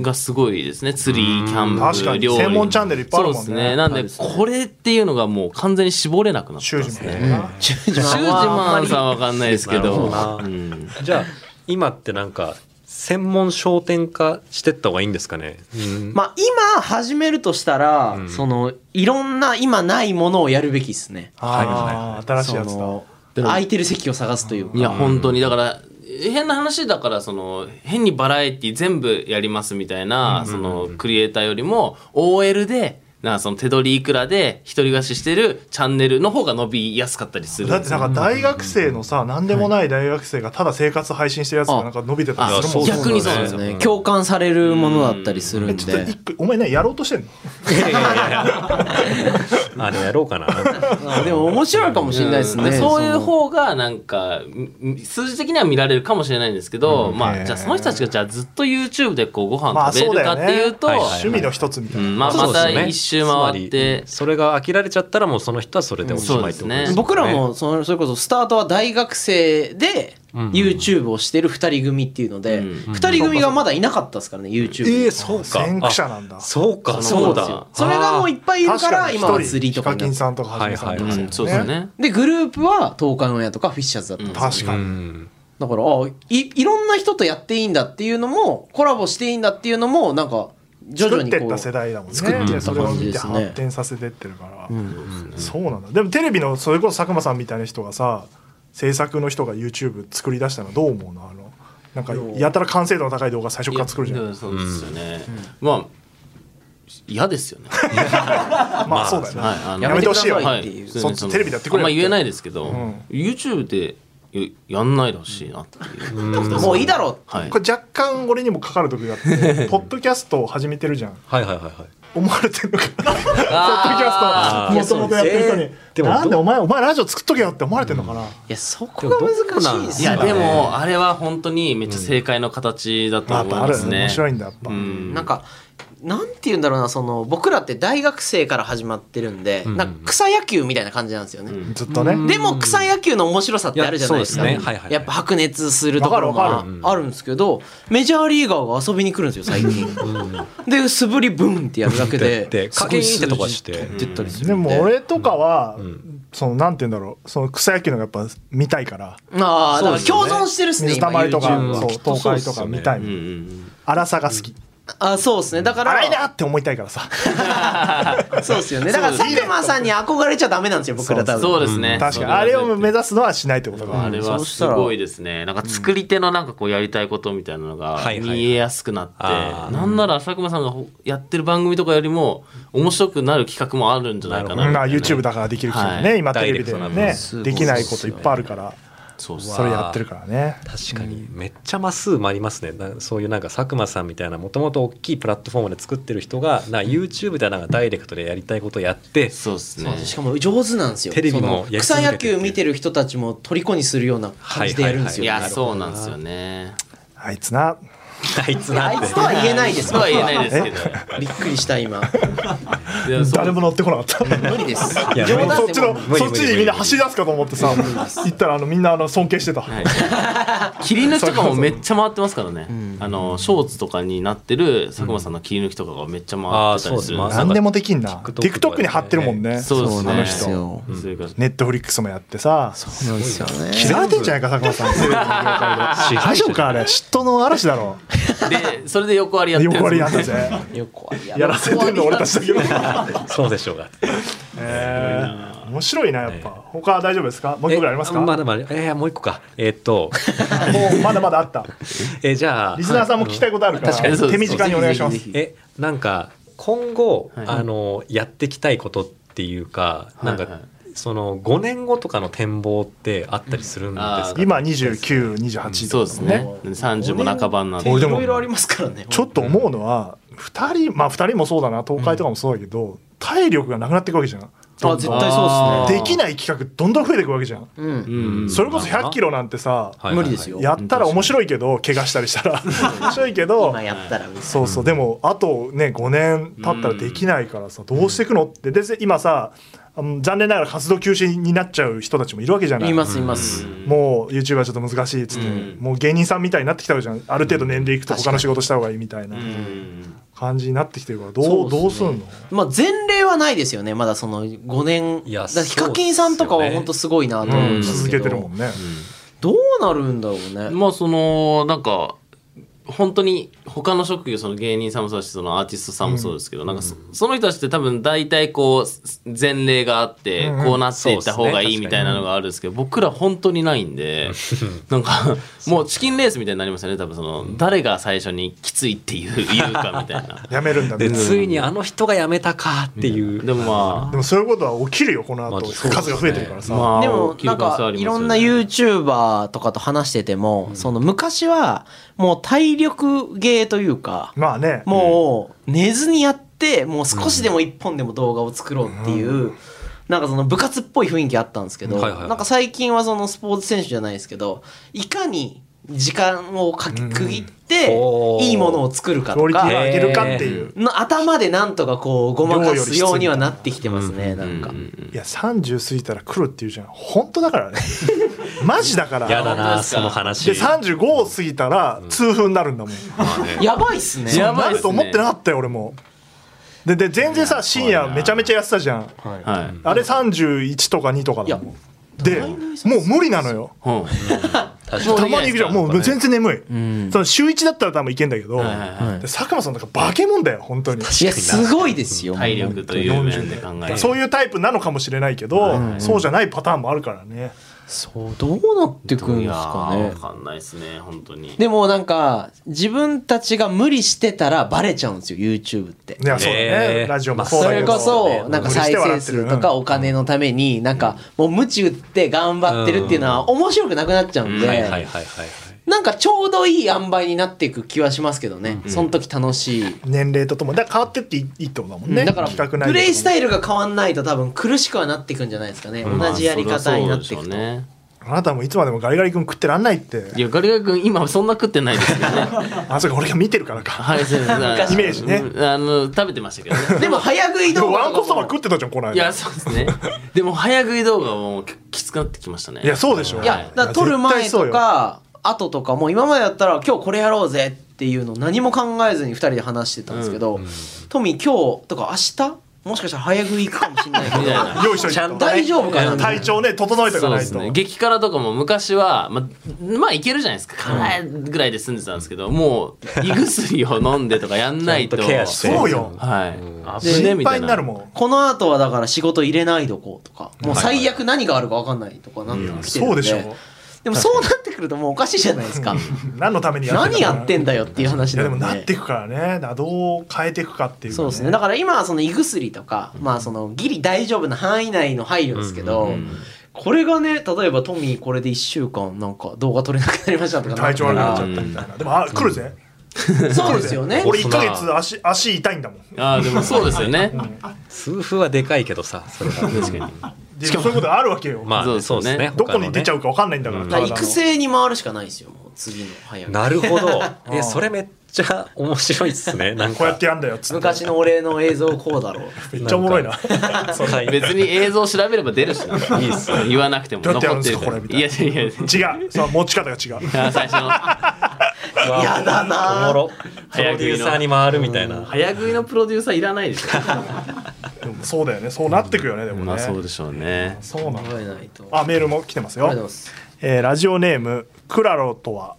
S3: がすごいですね釣りキャ
S1: 確か
S3: ンプ
S1: に
S3: 料理
S1: 専門チャンネルいっぱいあるもんね
S3: そうですねなんでこれっていうのがもう完全に絞れなくなった
S1: 修士みたいな
S4: シュー
S3: シ
S4: ジ
S3: ュージマンさんはわかんないですけど。
S2: なるほどな
S3: うん
S2: じゃあ今ってなんか専門商店化してった方がいいんですかね、うん
S4: まあ今始めるとしたら、
S2: ん
S4: そのいろんな今ないものをやるべきですね。
S2: はいはい
S1: ああ新しいやつ
S4: そ
S1: だ
S4: の空いてる席を探すというか。
S3: いや、本当に。だから、変な話だから、その、変にバラエティ全部やりますみたいな、その、クリエイターよりも、OL で、なんかその手取りいくらで一人暮らししてるチャンネルの方が伸びやすかったりするん
S1: だっ
S3: で
S1: て
S3: す
S1: な
S3: よ。
S1: んか大学生のさ何でもない大学生がただ生活配信してるやつがなんか伸びてたりするもん
S2: あ
S4: 逆にそうなんですよね、共感されるものだったりするんで。
S1: ちょっと一個お前ねやろうとしてんの
S2: あでもやろうかな
S4: あでも面白いかもしれないですね。
S3: うんそういう
S4: の
S3: 方がなんかみ数字的には見られるかもしれないんですけど、ま
S1: へー
S3: あじゃあその人たちがじゃあずっと YouTube でこうご
S1: まあ
S3: 飯
S1: そう
S3: 食べれ
S1: だ
S3: る
S1: よ
S3: かっ
S1: ね
S3: ていうと、
S2: はいはいはい
S1: 趣味の一つみた
S3: う
S1: いな、
S3: んまあ、
S2: そう
S3: ま
S2: です
S3: た
S2: よね
S3: 一周回っ
S2: つま
S3: て
S2: り。それが飽きられちゃったらもうその人はそれでおしまいってことですね
S4: 僕らもそのそれこそスタートは大学生で YouTube をしてる2人組っていうので、
S3: うん
S4: 2人組がまだいなかったですからね YouTube に、
S2: ええそうか
S1: 先駆者なんだ
S2: あそうか
S4: そ
S2: そうう
S4: で
S2: だ
S4: すよそれがもういっぱいいる
S1: 確
S4: から
S1: かに
S4: 今は
S1: 一人
S4: 釣りと
S1: ヒ
S4: かに
S1: カキ
S4: なっ
S1: ン
S4: て
S1: さんとかはじめさんと
S2: は
S1: か
S2: いはい
S3: うん、そうですよね。
S4: でグループは東海オンエアとかフィッシャーズだったんです
S1: 確
S4: よ、
S1: か
S2: う
S1: に、
S2: ん
S4: だからあいいろんな人とやっていいんだっていうのもコラボしていいんだっていうのもなんか徐々
S1: 作っ
S4: に
S1: て
S4: こ
S1: っ
S4: う
S1: た世代だもんね
S4: 作ってった
S1: でそれを見て
S4: 感じですね
S1: 発展させてってるから、そうなんだでもテレビのそれこそ佐久間さんみたいな人がさ制作の人が YouTube 作り出したのどう思うのあのなんかやたら完成度の高い動画最初から作るじゃ
S3: い
S1: ん
S3: やそうですよね、まあ嫌です よね
S1: まあそうだよね、
S3: はいあの
S1: やめてほしいよ、
S4: やめ
S3: は
S4: てってい
S3: いう
S1: そっちテレビでやってくれ
S3: あん
S1: よ
S3: ま言えないですけど、
S1: うん
S3: YouTube でややんないでほしいなっていう、
S4: もういいだろう
S3: はい
S1: これ若干俺にもかかる時があってポッドキャストを始めてるじゃん
S2: はいはいはいはい
S1: 思われてるのかなポッドキャストもともとやってる人に、
S2: でも
S1: なんでお前お前ラジオ作っとけよって思われてるのかな、
S4: いやそこが難しいです
S3: い
S4: よ
S3: や
S4: ね
S3: でもあれは本当にめっちゃ正解の形だと
S1: まあや
S3: 思
S1: っぱ
S3: い
S1: あ
S3: ま
S1: る
S3: すね。
S1: 面白いんだやっぱ、
S3: うん
S4: なんかなんて言うんだろうなその僕らって大学生から始まってるんで、なんか草野球みたいな感じなんですよね、
S3: ん
S1: ずっとね、
S4: でも草野球の面白さってあるじゃないですか
S2: いやそうですねはいはいはい
S4: やっぱ白熱するところ
S1: わかるわ
S4: が
S1: か
S4: あるんですけどメジャーリーガーが遊びに来るんですよ最近で素振りブンってやるだけ
S2: やって
S4: で
S2: 課金ってとこして
S4: すごい数字取ったりする
S1: で
S4: ん
S1: も俺とかは、そのなんて言うんだろうその草野球のがやっぱ見たいから
S4: ああだから共存してるっすね
S1: 水たまりとか
S4: 今 YouTube は
S1: そう
S2: きっと
S1: 東
S2: そうっ
S1: 海
S2: す
S1: と
S2: よね
S1: か見たい、
S3: うんうん
S1: 荒さが好き、
S4: あそうですねだから
S1: 荒いなって思いたいからさ
S4: そうですよねだから佐久間さんに憧れちゃダメなんですよ僕ら多
S3: うん
S4: 分
S3: そうですね。
S1: 確か
S3: そ
S1: に
S3: れは
S1: あれを目指すのはしないってこと
S3: あ
S1: か
S3: れはすごいですね。なんか作り手のなんかこうやりたいことみたいなのが
S2: はいはいはい
S3: 見えやすくなって、
S2: あー
S3: なんなら佐久間さんがほやってる番組とかよりも面白くなる企画もあるんじゃないか
S1: ま
S3: なみた
S1: あ
S3: いな
S1: YouTube だからできるけどね、
S3: はい
S1: 今テレビで
S2: ダイレクトな
S1: ね
S4: 分
S1: できないこといっぱいあるから
S3: そうそう
S1: それやってるからね
S2: 確かにめっちゃマ数もありますねなそういうなんか佐久間さんみたいなもともと大きいプラットフォームで作ってる人がな YouTube でなんかダイレクトでやりたいことやって
S3: そうですね。
S4: しかも上手なんですよ
S2: テレビも
S4: その
S2: やり続
S4: 草
S2: けて
S4: 野球見てる人たちも虜にするような感じでやるんです
S3: い
S4: よ、
S3: や
S2: なるほどな
S3: そうなんですよね。
S1: あいつな
S2: あいつ
S4: いや
S2: な
S4: あ
S2: ん
S4: い
S2: て
S4: つとは言えないです
S3: そうは言えないですけど。
S4: びっくりした今
S3: いやそう
S1: 誰も乗ってこなかった
S4: 無理です
S2: いや
S4: 冗談
S1: そっ
S4: で
S1: ち
S4: も
S1: の
S2: 無理無理
S1: そっちにみんな走り出すかと思ってさ行ったらあのみんなあの尊敬してた、
S3: はい切り抜きとかもめっちゃ回ってますからね、あのショーツとかになってる佐久間さんの切り抜きとかがめっちゃ回ってたりする
S2: あーそうですね
S1: 何でもできんな
S2: TikTok とか
S1: TikTok に貼ってるもんね
S3: そうですね
S1: あの人
S3: そう
S4: よ
S3: それから
S1: ネットフリックスもやってさ
S4: そうですよね
S1: 嫌われてんじゃないか佐久間さんテレビの業界で 大丈夫かあれ嫉妬の嵐だろ
S3: でそれで横割りやってる
S1: 横
S3: ん
S1: 割
S3: で
S1: り
S3: す
S1: やん
S3: よ
S1: だぜ
S4: よくあり
S1: やらせてんの俺たちだけど
S2: そうでしょうが
S1: えー面白いなやっぱ他は大丈夫ですかもう一個ぐらいありますか
S2: え
S1: も
S2: まだまだえー、もう一個かえーっ と、
S1: うまだまだあった
S2: えーじゃあ
S1: リスナーさんも聞きたいことあるか
S3: 確かに
S1: ら
S3: そうで
S1: 手
S3: す
S1: 短にお願いします
S4: ぜひぜ
S2: えなんか今後、
S3: はい
S2: あのやっていきたいことっていうか、なんか、
S3: はいはい
S2: その5年後とかの展望ってあったりするんです
S3: あ
S2: か、
S3: ー
S1: 今2928
S3: そうですね30も半ばになって
S1: 俺
S4: い
S1: でも
S4: ろいろありますからね
S1: ちょっと思うのは2人まあ2人もそうだな東海とかもそうだけど体力がなくなっていくわけじゃん
S4: あ絶対そう
S3: あ
S4: っ
S3: ー
S1: できない企画どんどん増えていくわけじゃん
S4: すねうん
S3: うん
S1: それこそ1 0 0キ
S2: ロ、
S1: ロなんてさ
S4: 無理ですよ
S1: やったら面白いけど怪我したりしたら面白いけど
S4: 今やったら嘘
S1: そうそうでもあとね5年経ったらできないからさどうしていくのってで今さあの残念ながら活動休止になっちゃう人たちもいるわけじゃない
S4: いますいます
S1: もう YouTube はちょっと難しいっつって、
S3: うん
S1: もう芸人さんみたいになってきたわけじゃんある程度年齢いくと他の仕事した方がいいみたいな
S3: うん
S1: 感じになってきてるからどう,、
S4: そう
S1: ど
S4: っ
S1: う
S4: す
S1: す
S4: ね
S1: んの
S4: まあ前例はないですよねまだその5年
S2: いや
S4: だからヒ
S2: そう
S4: カ
S2: っすよね
S4: キンさんとかは本当すごいなと思うんです
S1: 続け
S4: けど
S1: てるもんね、
S4: どうなるんだろうね
S3: まあそのなんか本当に他の職業その芸人さんもそうだしそのアーティストさんもそうですけど、なんかそその人たちって多分大体こう前例があって、
S1: うんうん
S3: こうなっていった方がい
S2: そう
S3: い
S2: っすね
S3: みたいなのがあるんですけど僕ら本当にないんでなんかもうチキンレースみたいになりますよね多分その誰が最初にきついっていう言うかみた いな
S1: やめるんだね
S2: で
S1: で
S2: ついにあの人が辞めたかっていう、
S3: でもまあ
S1: もそういうことは起きるよこの
S2: まあ
S1: 後、
S2: そうですね
S1: 数が増えてるからさ、
S3: まあ
S4: でも
S3: 起き
S4: な
S3: る
S4: ん
S3: 可能性は
S4: か
S3: あり
S4: い
S3: ます
S4: ろ
S3: よね
S4: んな YouTuber とかと話してても、その昔はもう体力芸というか、
S1: まあね
S4: もう寝ずにやってもう少しでも一本でも動画を作ろうっていう、なんかその部活っぽい雰囲気あったんですけど、
S2: うんはいはいはい
S4: なんか最近はそのスポーツ選手じゃないですけどいかに時間をかき区切って
S2: おー
S4: いいものを作るか
S1: クオ
S4: と
S1: リティ
S4: か
S1: が上げるかっていう、
S4: の頭でなんとかこうごまかすようにはなってきてますねなんか。
S1: いや30過ぎたら来るっていうじゃん本当だからねマジだから
S2: やだ
S3: 本当
S2: な
S3: です
S2: そ
S3: か
S2: の話
S1: で35を過ぎたら痛風になるんだもん、
S4: やばいっすね。
S3: や
S1: な
S3: ばいっすね
S1: ると思ってなかったよ俺もでで全然さ深夜めちゃめちゃやってたじゃん
S3: はい、
S1: あれ31とか2とかだもんでもう無理なのよ
S3: うん
S1: たまに行くじゃんもう全然眠い、その週1だったら多分いけんだけど、
S3: はいは
S1: で
S3: い
S1: 佐久間さんなんか化け物だよ本当に
S4: いやすごいですよ。
S3: 体力という面で考える
S1: そういうタイプなのかもしれないけど、そうじゃないパターンもあるからね
S4: そうどうなってくんですか
S3: いやー
S4: ね
S3: わかんないですね本当に
S4: でもなんか自分たちが無理してたらバレちゃうんですよ YouTube って
S1: いやそうだね、
S2: えー
S1: ラジオも
S2: まあ
S1: う
S4: そ
S1: だけ
S4: れ
S1: ど
S4: こそ
S2: ね
S4: なんか再生数とかお金のためになんかもう鞭打って頑張ってるっていうのは面白くなくなっちゃうん
S2: はいはいはい
S4: で
S2: はいはい。
S4: なんかちょうどいい塩梅になっていく気はしますけどねその時楽しい
S1: 年齢とともにだから変わってっていいいいってことだもんね、
S4: だから
S1: 企画内
S4: プレイスタ
S1: イ
S4: イルが変わんないと多分苦しくはなっていくんじゃないですかね同じやり方になってい
S3: まあそりゃそうでしょ
S4: くと
S3: うね
S1: あなたもいつまでもガリガリ君食ってらんないって
S3: いやガリガリ君今そんな食ってないですけ どね
S1: あそうか俺が見てるからか
S3: はいそうです
S1: イメージね
S3: うんあの食べてましたけど ね
S4: でも早食い
S1: で
S4: 動
S1: も
S4: 画
S1: わ
S4: と
S1: んこそ
S4: か
S1: ば
S4: も
S1: 食ってたじゃんこの間
S3: いやそうですねでも早食い動画はもうききつくなってきましたね
S1: いやそうでしょ
S4: いやだから
S1: いや
S4: 撮る前
S1: 絶対そう
S4: と
S1: よ
S4: か後とかも今までだったら今日これやろうぜっていうのを何も考えずに2人で話してたんですけど、トミー今日とか明日もしかしたら早食い行くかもしれないけ
S3: みたい
S4: ど
S3: な
S1: 用意しといて
S3: ちゃんと
S4: 大丈夫かな
S1: 体調ね整えておか
S3: そう
S1: な
S3: で
S1: い
S3: す
S1: と、
S3: ね激辛とかも昔はままあいけるじゃないですか辛いぐらいで済んでたんですけど、もう胃薬を飲んでとかやんないと
S2: ちゃんとケアして
S1: そうよ
S3: はい、危ね
S1: 心
S3: えみた
S1: 配に
S3: い
S1: な
S3: な
S1: るもん
S4: この後はだから仕事入れないどこうとかもう最悪何があるか分かんないとかなってきてる
S1: そ
S4: ん
S1: う
S4: で
S1: でしょ
S4: でもそうなってくるともうおかしいじゃないですか
S1: 何のためにやって
S4: 何やってん
S1: だ
S4: だよっていう話
S1: いやで
S4: な
S1: も
S4: ん
S1: なっ
S4: で
S1: ていくからねだからどう変えていくかっていうか
S4: そうですねだから今はその胃薬とかまあそのギリ大丈夫な範囲内の配慮ですけど、これがね例えばトミーこれで1週間なんか動画撮れなくなりましたとか
S1: 体調悪くなっちゃ
S4: っ
S1: ったみたいなでもあ来るぜ
S4: たらそうですよね
S1: 俺1か月足足痛いんだもん
S3: あーでもそうですよね
S2: 痛風はでかいけどさ、それは。
S3: 確かに
S1: でそういうことあるわけよ
S2: まあ、
S3: そ
S2: そうう
S3: で
S2: ですす
S3: ね
S2: ね。
S1: どこに出ちゃ
S2: う。
S1: うか分かんないんだから
S2: うん
S4: だから
S1: 体の
S4: 育成に回るしかないですよもう次の早く
S2: なるほ ど。
S1: う
S2: え、
S1: ん
S2: それめっちゃ面白いっすね。なんか。
S1: こうやってやんだよっつって
S4: 昔の俺の映像こうだろう
S1: めっちゃおもろいな
S2: はい
S3: 別に映像調べれば出るしないいっすね言わなくても
S1: どうやってやるん
S3: 残っ
S1: で
S3: て
S1: す
S3: る
S1: か
S3: から
S1: これみたいない
S3: やいやい
S1: 違うその持ち方が違う
S3: や最初の
S4: やだな
S2: おもろ。プ
S3: 早
S2: ロ
S3: 食
S2: デ
S3: い
S2: ュ
S3: の
S2: ーサーに回るみたいな。
S3: 早食いのプロデューサーいらないでしょ
S1: でもそうだよねそうなってくよねでもね、
S3: まあそうでしょうね
S1: そうなの
S4: 覚えないとあ
S1: あメールも来てます
S4: り
S1: よ
S4: がとうございます
S1: えーラジオネームクラロとは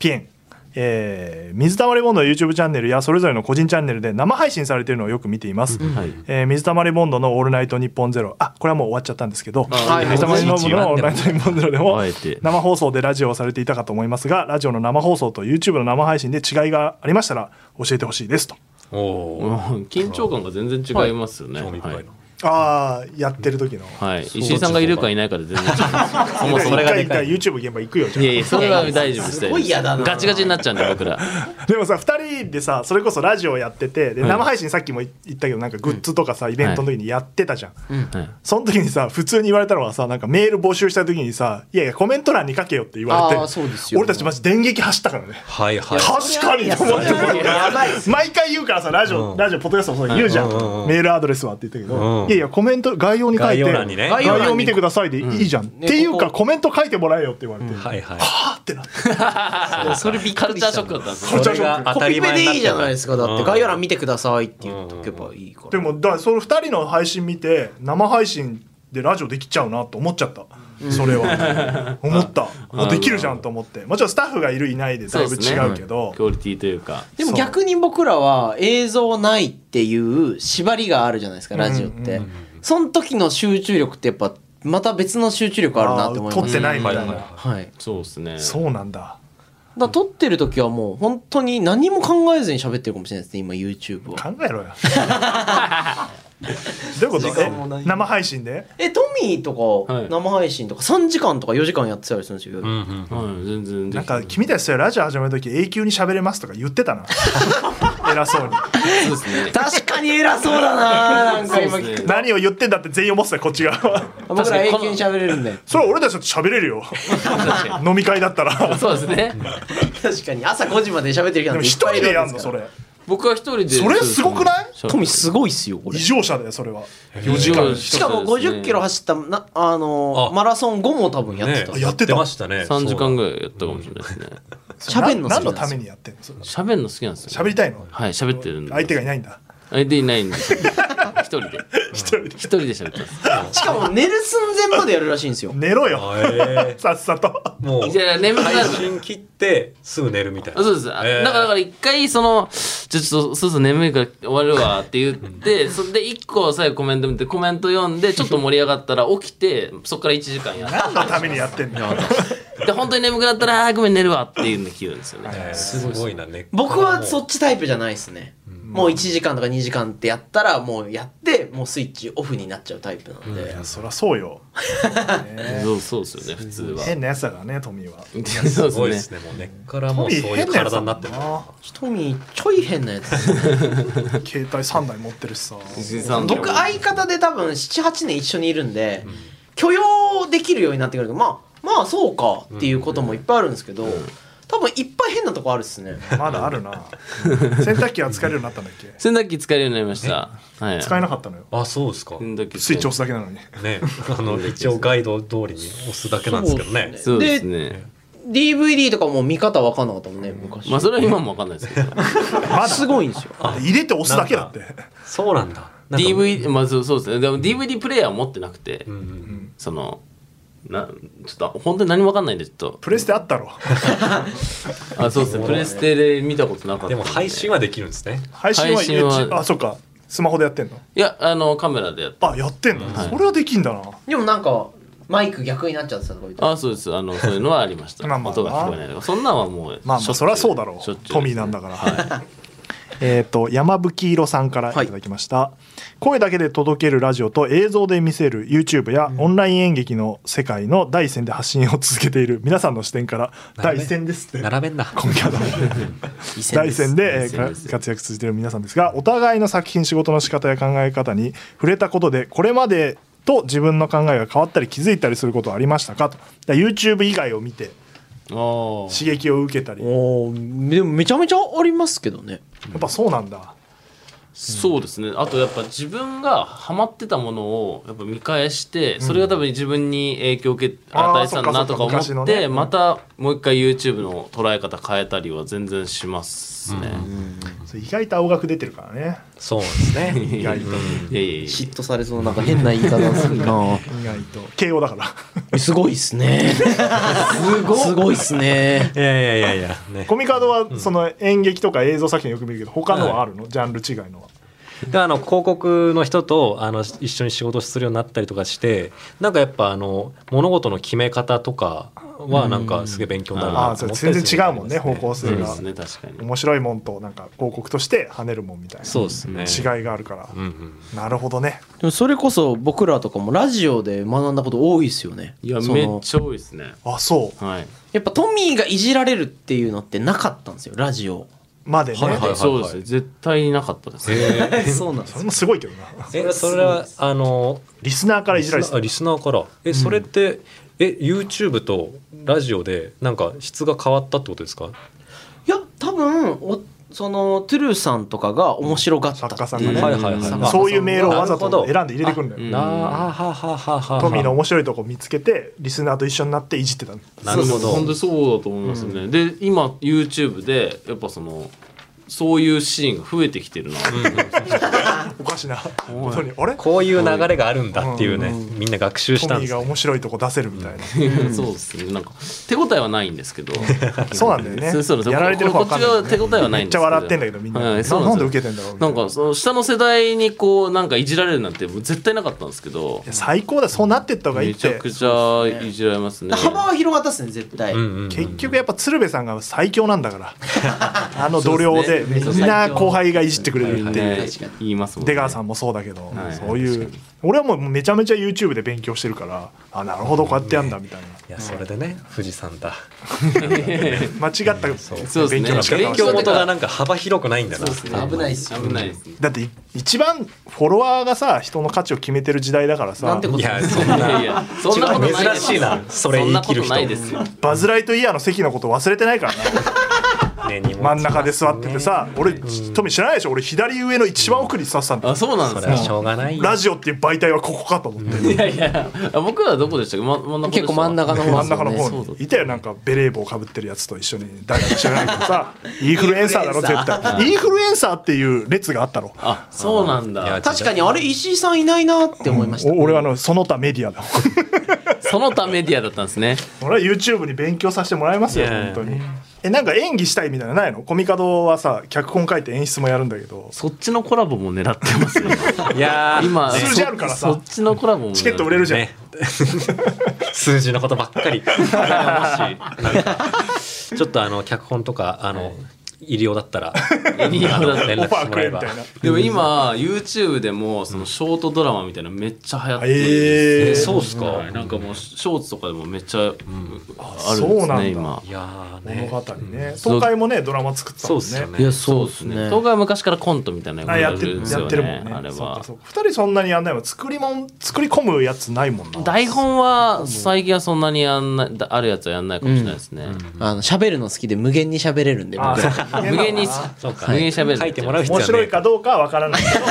S1: ピエン、えー水溜りボンドの YouTube チャンネルやそれぞれの個人チャンネルで生配信されているのをよく見ています、
S3: はい
S1: えー水溜りボンドの「オールナイトニッポンゼロあこれはもう終わっちゃったんですけど
S4: はい
S1: 水溜りボンドの「オールナイトニッポンゼロでも
S3: あえて
S1: 生放送でラジオをされていたかと思いますがラジオの生放送と YouTube の生配信で違いがありましたら教えてほしいですと
S2: おおー。
S3: うん緊張感が全然違いますよね
S2: 興味深
S3: はい
S2: いな。
S1: ああやってる時の、
S3: はい石井さんがいるかいないかで全然違います そもそ
S1: 一
S3: も
S2: れが
S1: 回
S2: で
S1: 一
S2: か
S1: 回
S2: い
S1: YouTube 現場行くよじゃあ
S3: いやいやそれは大丈夫です
S4: すごい嫌だな
S3: ガチガチになっちゃうんで僕ら
S1: でもさ2人でさそれこそラジオやっててで
S3: はい
S1: 生配信さっきも言ったけどなんかグッズとかさイベントの時にやってたじゃん、
S3: はい
S1: その時にさ普通に言われたのはさなんかメール募集した時にさ「いやいやコメント欄に書けよ」って言われ
S4: あ
S1: て
S4: ーそうですよ
S1: 俺たちマジ電撃走ったからね
S2: はいはい。
S1: 確かにと思って
S4: やばいっす
S1: 毎回言うからさラジオ、
S2: うん
S1: ラジオポッドキャストもそう言うじゃん,、
S2: うんうんうん
S1: メールアドレスはって言ったけど、
S2: うん
S1: いやいやコメント概要に書い
S2: 概
S1: て
S2: 要欄にね。
S4: 概
S1: 概
S4: 要
S1: 要
S4: 欄に
S1: 見てくださいでいいじゃん、っていうか
S4: ここ
S1: コメント書いてもらえよって言われて、は
S2: はいはい。
S1: あってなって
S3: それカルチャーショックだったんです
S1: カル
S3: よ
S1: チャーシ
S2: それ
S1: ョック
S2: が当
S4: コ
S2: た
S4: ピ
S2: り
S4: ペ
S2: 前にな
S4: で
S2: っ
S4: い
S2: て
S4: いじゃ
S2: た
S4: ないですかだって
S2: うん
S4: 概要欄見てくださいって言っとけばいいから
S1: でもだからその2人の配信見て生配信でラジオできちゃうなと思っちゃった、それは思ったあできるじゃんと思ってもちろんスタッフがいるいないでだいぶ違うけど
S3: クオリティというか
S4: でも逆に僕らは映像ないっていう縛りがあるじゃないですかラジオって、その時の集中力ってやっぱまた別の集中力あるなって思い
S1: 撮
S4: ま
S1: っ
S4: す
S1: てないみたいな、
S2: うんはいはいは
S4: はい、だか
S3: そうですね
S1: そうなんだ
S4: ら撮ってる時はもう本当に何も考えずに喋ってるかもしれないですね今 YouTube は
S1: 考えろよどういうことえ生配信で
S4: えトミーと
S3: は
S4: か
S3: い
S4: 生配信とか3時間とか4時間やってたりするんですよ、
S2: うんうん。
S3: はい全然
S1: な
S3: で
S1: ん
S3: きて
S1: か君たちそれラジオ始める時永久に喋れますとか言ってたな偉そうに
S3: そうですね
S4: 確かに偉そうだななんか今
S3: そう
S4: 聞
S3: で
S4: く
S3: す
S4: と、
S3: ね
S1: 何を言ってんだって全員思ってたよこっちが
S4: 僕ら永久に喋れるんで
S1: それは俺たちだって喋れるよ飲み会だったら
S3: そうですね
S4: 確かに朝5時まで喋って
S1: で
S4: る人な
S1: も
S4: んてい
S1: 一
S4: っぱ
S1: 人
S4: いい
S1: で
S4: る
S1: や
S4: わ
S1: ん
S4: け
S1: の
S4: です
S1: そ
S4: から
S1: れ
S3: 僕は一人で
S1: それすごくない
S4: トミーすごいっすよこれ
S1: 異常者だよそれは
S3: 4時
S1: 間
S4: しかも5 0キロ走ったなあの
S2: あ
S4: マラソン後も多分やってた
S1: ねやってた
S2: ましたね。
S3: 3時間ぐらいやったかもしれないですね
S4: 喋んの
S1: な
S4: 好き
S1: 何の
S4: なんで
S1: た
S4: す
S1: め
S4: よ
S1: にやってんのそれ
S3: 喋るの好きなんですよ
S1: 喋りたいの
S3: はい喋ってるんで
S1: 相手がいないんだ
S3: 相手いないんで一人で
S1: 一人で
S3: 一人で喋ってま
S4: しかも寝る寸前までやるらしいんです よ
S1: 寝ろよ
S2: え
S1: さっさと
S2: ー も
S3: すじゃあ
S2: う
S3: 眠くな
S2: 配
S3: る
S2: 信切ってすぐ寝るみたいな
S3: あそうです。あ
S2: えー
S3: だから、だから一回、その、ちょ、ちょっと、そうそう、眠いから終わるわって言って、それで一個最後コメント見て、コメント 読んで、ちょっと盛り上がったら起きて、そっから1時間や
S1: 何のためにやってんの
S3: る。で、本当に眠くなったら、あーごめん寝るわっていうの聞くんですよね。
S2: えーすごいなね
S4: 僕はそっちタイプじゃないですねもう1時間とか2時間ってやったらもうやってもうスイッチオフになっちゃうタイプなんで、
S1: そりゃそうよね
S3: そうそうですよね、普通は。
S1: 変なやつだからねトミーは
S3: そう
S2: すごい
S3: で
S2: ですす
S3: ね。
S2: ねもう根っからも
S1: ト
S2: う
S1: ミ
S2: そう
S1: ー
S2: い
S1: 変
S2: う
S1: なやつだ
S2: 体
S1: も
S2: になって
S1: ん
S2: る
S1: な
S4: ひとみちょい変なやつですね
S1: 携帯3台持ってるしさ
S3: 藤井さん
S4: 僕相方で多分78年一緒にいるんで、許容できるようになってくるとまあまあそうかっていうこともいっぱいあるんですけど、多分いっぱい変なとこあるっすね
S1: まだあるな洗濯機は使えるようになったんだっけ
S3: 洗濯機使えるようになりました。はい。
S1: 使えなかったのよ
S2: あそうですか
S3: 洗濯機
S1: スイッチ押
S3: す。
S1: すだけなのに
S2: ねあの一応ガイド通りに押すだけなんですけどね
S4: そう
S3: そうですね。
S4: DVD とかも見方分かんなかったもんね昔、
S3: まあ、それは今もわかんないですけ ど。
S1: まだ
S4: すごいんですよ
S1: 入れて押すだけだって
S2: そうなんだなんか
S3: DVD、まあ、そうそうですね。でも DVD プレイヤー持ってなくて
S2: う、んうん
S3: その、なちょっと本当に何もわかんないんでちょっと
S1: プレステあったろ
S3: あそうですねプレステで見たことなかったん
S2: でも配信はできるんです ね
S1: 配信は
S3: 配信は
S1: UH あそっかスマホでやってんの
S3: いやあのカメラでやって
S1: あやってんのそれはできんだな
S4: でもなんかマイク逆になっちゃってたとか言って
S3: あそうですあのそういうのはありました
S1: まあまあ
S3: 音が聞こえないとかそんなんはもう
S1: まあま
S3: し
S1: あ
S3: ょっちゅ
S1: そりゃそうだろ
S3: しょっ
S1: う
S3: ちゅう
S1: トミーなんだから、 えっと山吹色さんからいただきました、声だけで届けるラジオと映像で見せる YouTube やオンライン演劇の世界の第一線で発信を続けている 皆さんの視点から第一線ですって
S2: 並べん な
S1: 根拠だ第一線でえーか活躍続いている皆さんですがお互いの作品仕事の仕方や考え方に触れたことでこれまでと自分の考えが変わったり気づいたりすることはありましたかとだから YouTube 以外を見て
S3: ああ
S1: 刺激を受けたりや
S4: おーでもめちゃめちゃありますけどね
S1: っぱそうなんだ
S3: そうですねあとやっぱ自分がハマってたものをやっぱ見返してそれが多分自分に影響を受け与えてたんだなとか
S1: あーそっかそっか昔
S3: 思っ
S1: のね
S3: てまたもう一回 YouTube の捉え方変えたりは全然しますね
S1: それ意外と青学出てるからね
S2: そうですね
S3: いやいやいや
S4: 嫉妬されそうなんか変な言い方する な
S1: 意外と慶応だから
S4: すごいっすねすごすごいっすね
S2: いやいやいやいやね
S1: コミカドはその演劇とか映像作品よく見るけど他のはあるの、ジャンル違いのは
S2: であの広告の人とあの一緒に仕事するようになったりとかしてなんかやっぱあの物事の決め方とかはなんかすげえ勉強になる
S1: あ
S2: な
S1: あ
S2: と
S1: そ
S2: 思
S1: れ
S2: ったり
S1: 全
S2: する
S1: 然違うもんね方向
S3: そう
S1: 性
S3: で
S1: が、
S3: すね確かに
S1: 面白いもんとなんか広告として跳ねるもんみたいな
S2: そうですね
S1: 違いがあるから、
S2: うんうん
S1: なるほどね
S4: でもそれこそ僕らとかもラジオで学んだこと多いっすよね
S3: いや
S4: その
S3: めっちゃ多いですね
S1: あそう
S3: はい
S4: やっぱトミーがいじられるっていうのってなかったんですよラジオ
S1: までね、
S2: はいはいはい
S3: そうですね絶対になかったですね
S2: え
S4: そうなんで
S1: それもすごいけどな
S2: ーえそれはあの
S1: リスナーからいじられてた
S2: あリスナーからえそれって、え YouTube とラジオでなんか質が変わったってことですか
S4: いや多分おそのトゥルーさんとかが面白かったっていう
S1: 作家さんがね
S2: はいはいはい
S4: 作家さん
S2: まあ
S1: そういうメールをわざ
S2: なる
S1: と
S2: ほど
S1: 選んで入れてくるんだよ、
S3: うん
S2: なああはははは
S1: トミーの面白いとこ見つけてリスナーと一緒になっていじってたの
S2: なるほ
S3: そうそう本当
S2: ど
S3: にそうだと思いますね、で今 YouTube でやっぱそのそういうシーンが増えてきてるなって思います
S1: おかしなことにあれト
S2: こういう流れがあるんだっていうね、みんな学習したん
S1: ミー
S2: です
S1: が
S2: ね
S1: 面白いとこ出せるみたいな、
S3: そうですねなんか手応えはないんですけど
S1: そうなんだよ ね
S3: そうそうそう
S1: やられてる方
S3: こ
S1: わ
S3: っ
S1: かんな
S3: ち
S1: い
S3: 側は手応えはない
S1: めっ
S3: んですけど
S1: ちゃ笑ってんだけどみんな、
S3: はいそう
S1: な
S3: な
S1: なんんで
S3: で
S1: す受
S3: よ
S1: けてんだろうみた
S3: ないんかその下の世代にこうなんかいじられるなんてもう絶対なかったんですけど
S1: いや最高だそうなってった方がいい
S3: め
S1: っ
S3: ちゃ
S1: て
S3: くちゃいじられますね
S4: 幅は広がったっすね絶対、
S2: うんうんうん
S1: 結局やっぱ鶴瓶さんが最強なんだから あの度量で
S3: そう
S1: み
S3: ですね
S1: んな後輩がいじってくれるっていう、
S3: ね
S4: 確かに
S3: 言いますもんね
S1: 出川さんもそうだけど、
S3: はい
S1: そういう俺はもうめちゃめちゃ YouTube で勉強してるからあなるほどこうやってやんだみたいな、
S2: いやそれでね富士山だ
S1: 間違った
S3: そうですね
S1: 勉強の仕方
S3: 勉
S1: をして
S2: 強
S3: 強
S1: る
S3: も
S2: 元がなんか幅広くないんだな
S4: そうっすね危ないっすよ
S3: 危ないですね
S1: だってい一番フォロワーがさ人の価値を決めてる時代だから
S4: な
S1: さ
S4: んてこ
S2: い
S4: と
S2: やそんない
S3: やいやそんなことないです
S2: 珍しいなそれ言い切る人
S3: そんなことないですよ
S1: バズ・ライトイヤーの席のこと忘れてないからな
S2: ね荷物
S1: 真ん中で座っててさ
S2: ね
S1: 俺トミー知らないでしょ俺左上の一番奥に座ってたんだ
S3: あ
S1: よ
S3: そうなんで
S2: そ
S3: す
S2: れは
S3: ね
S2: しょうがないよ
S1: ラジオっていう媒体はここかと思って
S3: いやいやあ僕らはどこでしたっけ、ま、真ん中でした
S4: 結構真ん中の方
S1: 真ん中の
S4: そう
S1: 方
S3: そう
S1: にいたよなんかベレー帽かぶってるやつと一緒に誰か知らないけどさインフルエンサーだろ絶対インフルエンサーっていう列があったの
S3: あそうなん
S2: いや
S3: だ
S4: 確かにあれ石井さんいないなって思いました、
S1: お俺はあのその他メディアだ
S3: その他メディアだったんですね
S1: 俺は YouTube に勉強させてもらいますよ
S2: いやい
S1: 本
S2: や
S1: 当にえなんか演技したいみたいなのないのコミカドはさ脚本書いて演出もやるんだけど
S3: そっちのコラボも狙ってますよ
S2: いやー
S3: 今
S1: 数字あるからさ
S3: そっちのコラボも狙って
S1: チケット売れるじゃ ん、
S2: ね数字のことばっか りもしなんかちょっとあの脚本とかあの医療だった ら
S3: 医療だったら
S2: 連
S1: オ
S2: 絡
S1: ファー
S2: しても
S1: く
S2: ら
S1: れ
S2: え
S1: み
S2: ば
S1: たいな
S3: でも今 YouTube でもそのショートドラマみたいなのめっちゃ流行ってるん
S1: えー
S3: で
S2: え
S3: す
S2: そう
S3: よ
S2: っすか
S3: はいなんかもうショーツとかでもめっちゃあるんです
S1: そうなんだ
S3: ね今
S2: いやー
S1: 物
S2: ね
S1: 語ね東海もねドラマ作ってた
S2: そ
S1: も
S2: うんっすよ
S1: ね
S2: ね
S4: そうで
S3: 東海は昔からコントみたいなの
S1: あやって
S3: るん
S1: る
S3: です
S1: や
S3: よ
S1: ってるもん
S3: ね
S1: ね
S3: あれ
S1: そっ
S3: は
S1: かそっか二人そんなにやんないもん作りもん作り込むやつないもんな
S3: 台本は最近はそんなにやんないだあるやつはやんないかもしれないですね、
S4: あの喋るの好きで無限に喋れるんで
S1: あ
S4: 僕
S1: そうか
S3: 無限に
S2: そうか
S3: 無限に喋る
S2: 書いてもらう必要
S1: 面
S2: はね
S1: 白いかどうかは分からないけど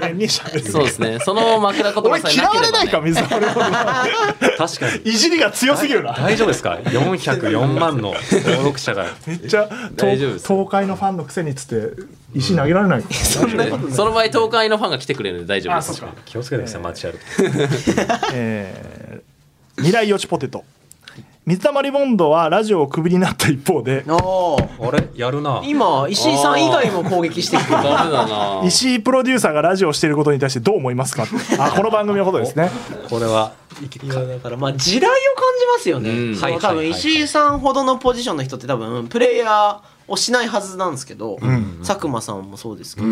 S1: 無限に喋る
S3: そうですねその枕言葉
S1: 俺
S3: さえ
S1: 嫌
S3: なけ
S1: われ
S3: れば、
S1: ない
S3: ね、
S1: か水溜りボンドは
S2: 確かに
S1: いじりが強すぎるな
S2: 大丈夫ですか404万の登録者が
S1: めっちゃと
S3: 大丈夫です
S1: 東海のファンのくせにっつって石投げられないそん
S3: その場合東海のファンが来てくれるんで大丈夫
S1: あ
S3: で
S1: そっ
S3: す
S1: か、
S2: 気をつけてください街歩く
S1: えー、未来予知ポテト水溜りボンドはラジオをクビになった一方で
S4: おー
S2: とあれやるな
S4: 今石井さん以外も攻撃してきて
S3: ダ
S4: る
S3: メだな
S1: 石井プロデューサーがラジオをしていることに対してどう思います かあこの番組のことですね
S2: これは
S4: だからまあ地雷を感じますよね、
S3: うん
S4: そ
S2: はい
S4: の
S2: はいは
S4: 多
S2: い
S4: 分石井さんほどのポジションの人って多分プレイヤーをしないはずなんですけど、佐久間さんもそうですけど、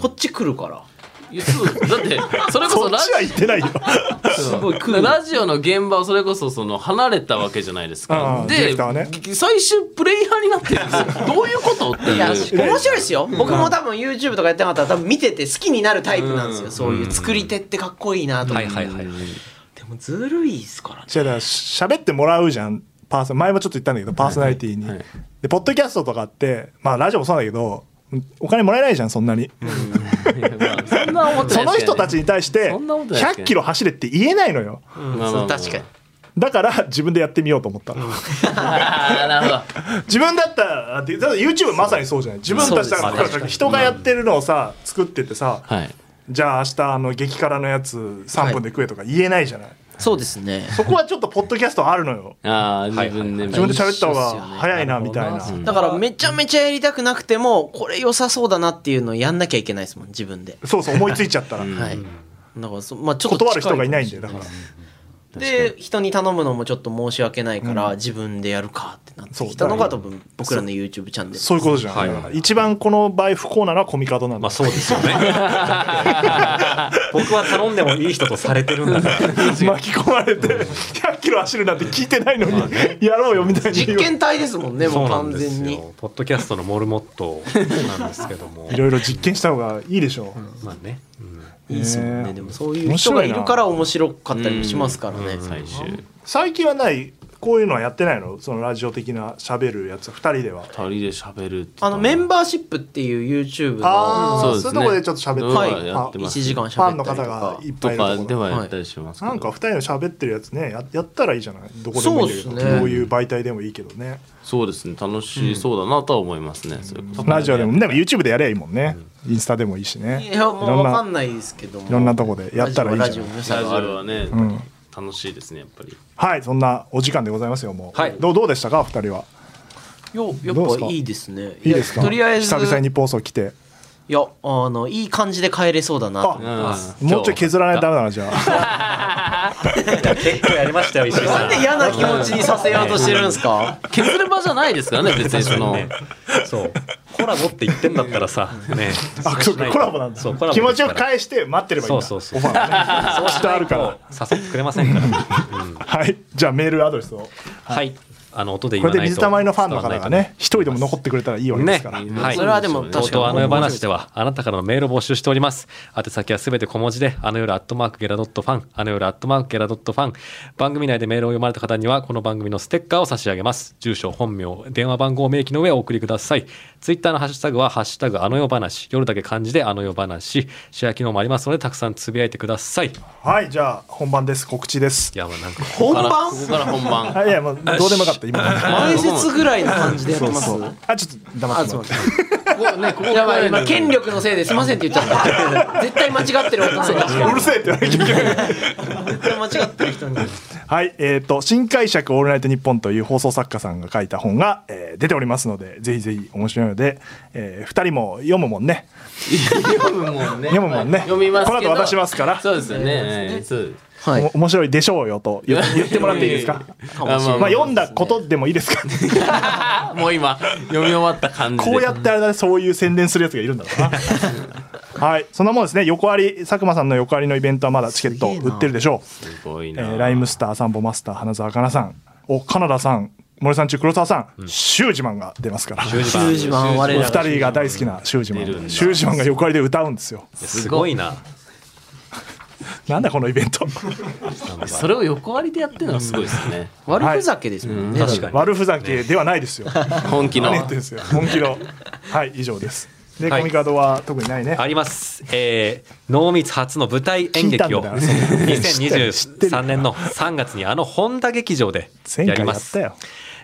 S4: こっち来るから
S3: いやそうだってそれこ
S1: そ
S3: そ
S1: っ
S3: ラジ
S1: ちは言ってないよ
S4: すごい来
S3: オ
S4: る
S3: ラジオの現場をそれこそその離れたわけじゃないです
S1: う
S3: か
S1: んディレ
S3: で
S1: クターはね
S3: 最終プレイヤーになってるんですよどういうことって
S4: いや
S3: いう
S4: 面白いですよ僕も多分 YouTube とかやってなかったら多分見てて好きになるタイプなんですよ、そういう作り手ってかっこいいなとか、
S2: はいはいはい
S4: でもずるいですからね
S1: 違うだから喋ってもらうじゃんパーソ前もちょっと言ったんだけどパーソナリティに、でポッドキャストとかってまあラジオもそうだけどお金もらえないじゃんそんなに、そ
S3: そんな思ってないですけどね
S1: の人たちに対して
S3: そんなことないで
S1: 100
S3: すけどね
S1: キロ走れって言えないのよ
S3: まあまあま
S4: そ
S3: あ
S4: う確かに
S1: だから自分でやってみようと思ったの、
S3: あーなるほど
S1: 自分だったらだって YouTube まさにそうじゃない自分たちだか
S2: そう
S1: ら
S2: ですね
S1: 人がやってるのをさ作っててさ、
S3: はい
S1: じゃあ明日あの激辛のやつ3分で食えとか言えないじゃない、
S4: そうですね
S1: そこはちょっとポッドキャストあるのよ
S3: ああ自分で
S2: はい
S1: 自分で喋った方が早いなみたいな、
S2: うん
S4: だからめちゃめちゃやりたくなくてもこれ良さそうだなっていうのをやんなきゃいけないですもん自分で、
S1: そうそう思いついちゃったら、
S4: はいだからそまあちょっと
S1: 断る人が
S4: 近かもしれ
S1: いないんだよだから、
S4: で人に頼むのもちょっと申し訳ないから、自分でやるかってなってきたのが多分僕らの YouTube チャンネル
S1: そういうことじゃん、
S2: はい
S1: だから一番この場合不幸なのはコミカドなんだ、
S2: まあそうですよ ね僕は頼んでもいい人とされてるんだから
S1: 巻き込まれて100キロ走るなんて聞いてないのに、やろうよみたいに言
S4: 実
S1: う
S4: 験体ですもんねも
S2: そう
S4: う
S2: なん
S4: 完
S2: で
S4: 全
S2: す
S4: に
S2: よポッドキャストのモルモットなんですけども
S1: いろいろ実験した方がいいでしょう、
S2: まあね、うん
S4: いいですもん
S1: へ
S4: ね
S1: ー
S4: でもそういう人がいるから面白かったりもしますからね、
S3: 最終
S1: 最近はないこういうのはやってないのそのラジオ的な喋るやつ2人では
S3: 二人で喋るって
S4: あのメンバーシップっていう YouTube の
S1: ああ
S3: そ
S1: そうう,、
S3: ですね
S1: いうとこでちょっと喋ってる、
S4: はい
S3: やって
S1: あ
S3: ま
S4: 1
S3: す
S4: 時間
S1: ファン
S4: 喋
S1: の
S4: ったり
S1: 方
S4: と
S1: が
S4: か
S1: いっ
S3: と
S1: ぱいいる
S3: か
S1: とこ
S3: で
S1: ろ
S3: はやったりしますけど
S1: なんか2人の喋ってるやつねややったらいいじゃないどこでもいいんだけ
S4: そう
S1: ど
S4: っすね
S1: どういう媒体でもいいけどね
S3: そうですね楽しそうだなとは思いますねそれこそ
S1: ラジオでもでも YouTube でやりゃいいもんね、インスタでもいいしね
S4: いやもう
S1: ろん
S4: 分か
S1: なん
S4: ないですけども
S1: いろんなとこでやったらいい
S4: ラ
S1: じ
S4: ジ
S1: ゃ
S4: オ
S1: ない
S4: の良さ
S3: ラジ
S4: がある
S3: オはね
S1: ん
S3: 楽しいですねやっぱり
S1: はいそんなお時間でございますよもう、
S2: はい
S1: どうどうでしたか2人はい
S4: や
S1: どうです
S4: やっ
S1: か
S4: ぱいいですね
S1: いいですか
S4: やとりあえず
S1: 久々に放送来て
S4: いやあのいい感じで帰れそうだなと
S1: あ
S3: うん
S1: もうちょい削らないとダメだなじゃあ
S2: 結構やりましたよ石井
S4: な
S2: さ
S4: ん
S2: ん
S4: で嫌な気持ちにさせようとしてるんですか
S3: 削る場じゃないですからね別 にその
S2: ねそうコラボって言ってんだったら さね
S1: あそうかコラボなんだ
S2: そうコラボ
S1: 気持ちよく
S2: え
S1: 返して待ってればいいんだ
S2: そうそうそう
S1: オファーがねそうしてあるから
S2: 誘ってくれませんから
S1: はいじゃあメールアドレスを
S2: はいあの音で
S1: こ
S2: 言
S1: れ
S2: わ
S1: で
S2: ないと
S1: 水溜りのファンの方
S2: 伝
S1: が
S2: わらない
S1: ね一人でも残ってくれたらいいわけですから、
S2: ね
S3: まあ
S2: はい
S4: それはでも
S3: そう
S2: とう
S4: 確
S2: とうあ
S4: か
S2: の
S4: に
S2: 夜話ではあなたからのメールを募集しております宛先はすべて小文字であの夜アットマークゲラドットファンあの夜アットマークゲラドットファン番組内でメールを読まれた方にはこの番組のステッカーを差し上げます住所本名電話番号を明記の上お送りくださいツイッターのハッシュタグは「ハッシュタグあの夜話」夜だけ漢字であの夜話シェア機能もありますのでたくさんつぶやいてくださいい
S1: はいじゃあ本番です告知です
S2: やもうなんか
S3: ここ
S4: 本
S3: から
S4: 番
S3: ここから本番
S1: あいやもうどうでもよかった今
S4: 前説ぐらいの感じでやってます
S1: そうそうあちょっと黙
S4: あ
S1: って
S4: すい
S1: も
S4: ま
S1: らっ
S4: せ
S1: て
S4: んやばい今権力のせいですいませんって言っちゃ った絶対間違ってる大人に
S1: うるせえって言われて
S4: 絶対間違ってる人に
S1: はい、えっ、と、新解釈オールナイトニッポンという放送作家さんが書いた本が、えー出ておりますので、ぜひぜひ面白いので、えー二人も読むもんね。
S3: 読むもんね
S1: 読むもんね
S3: 読みますけど
S1: この後渡しますから
S3: そうですよねそうです
S4: はい
S1: お面白いでしょうよと言言ってもらっていいです か。
S3: あまあまあ
S1: まあ、読んだことでもいい ですか。
S3: もう今読み終わった感じで
S1: こうやってあれだね、そういう宣伝するやつがいるんだろう な。はい、そんなもんですね。横あり、佐久間さんの横ありのイベントはまだチケット売ってるでしょう。
S3: すごい
S1: え
S3: な
S1: ーライムスター、サンボマスター、花澤香菜さん、お、カナダさん、森さん中黒沢さん、シュージマンが出ますから。
S4: 十時番我
S1: お
S4: ら
S1: 二人が大好きなシュージマ
S3: 出るんだ
S1: ン。シュージマンが横ありで歌うんですよ。
S2: すごいな
S1: なんだこのイベント。
S3: それを横割りでやってるのがすごいです ね
S4: 悪ふざけですもんね
S2: 確かに
S1: 悪ふざけではないですよ。
S3: 本気の
S1: 何言ってん ですよ。本気の。はい、以上です。で、
S2: はい
S1: コミカドは特にないね。
S2: あります。えー、濃密初の舞台演劇
S1: 聞いた
S2: を
S1: んだよそれ
S2: 2023年の3月にあの本田劇場で
S1: 前
S2: や
S1: 回
S2: り
S1: や
S2: ま
S1: った
S2: す。
S1: よ。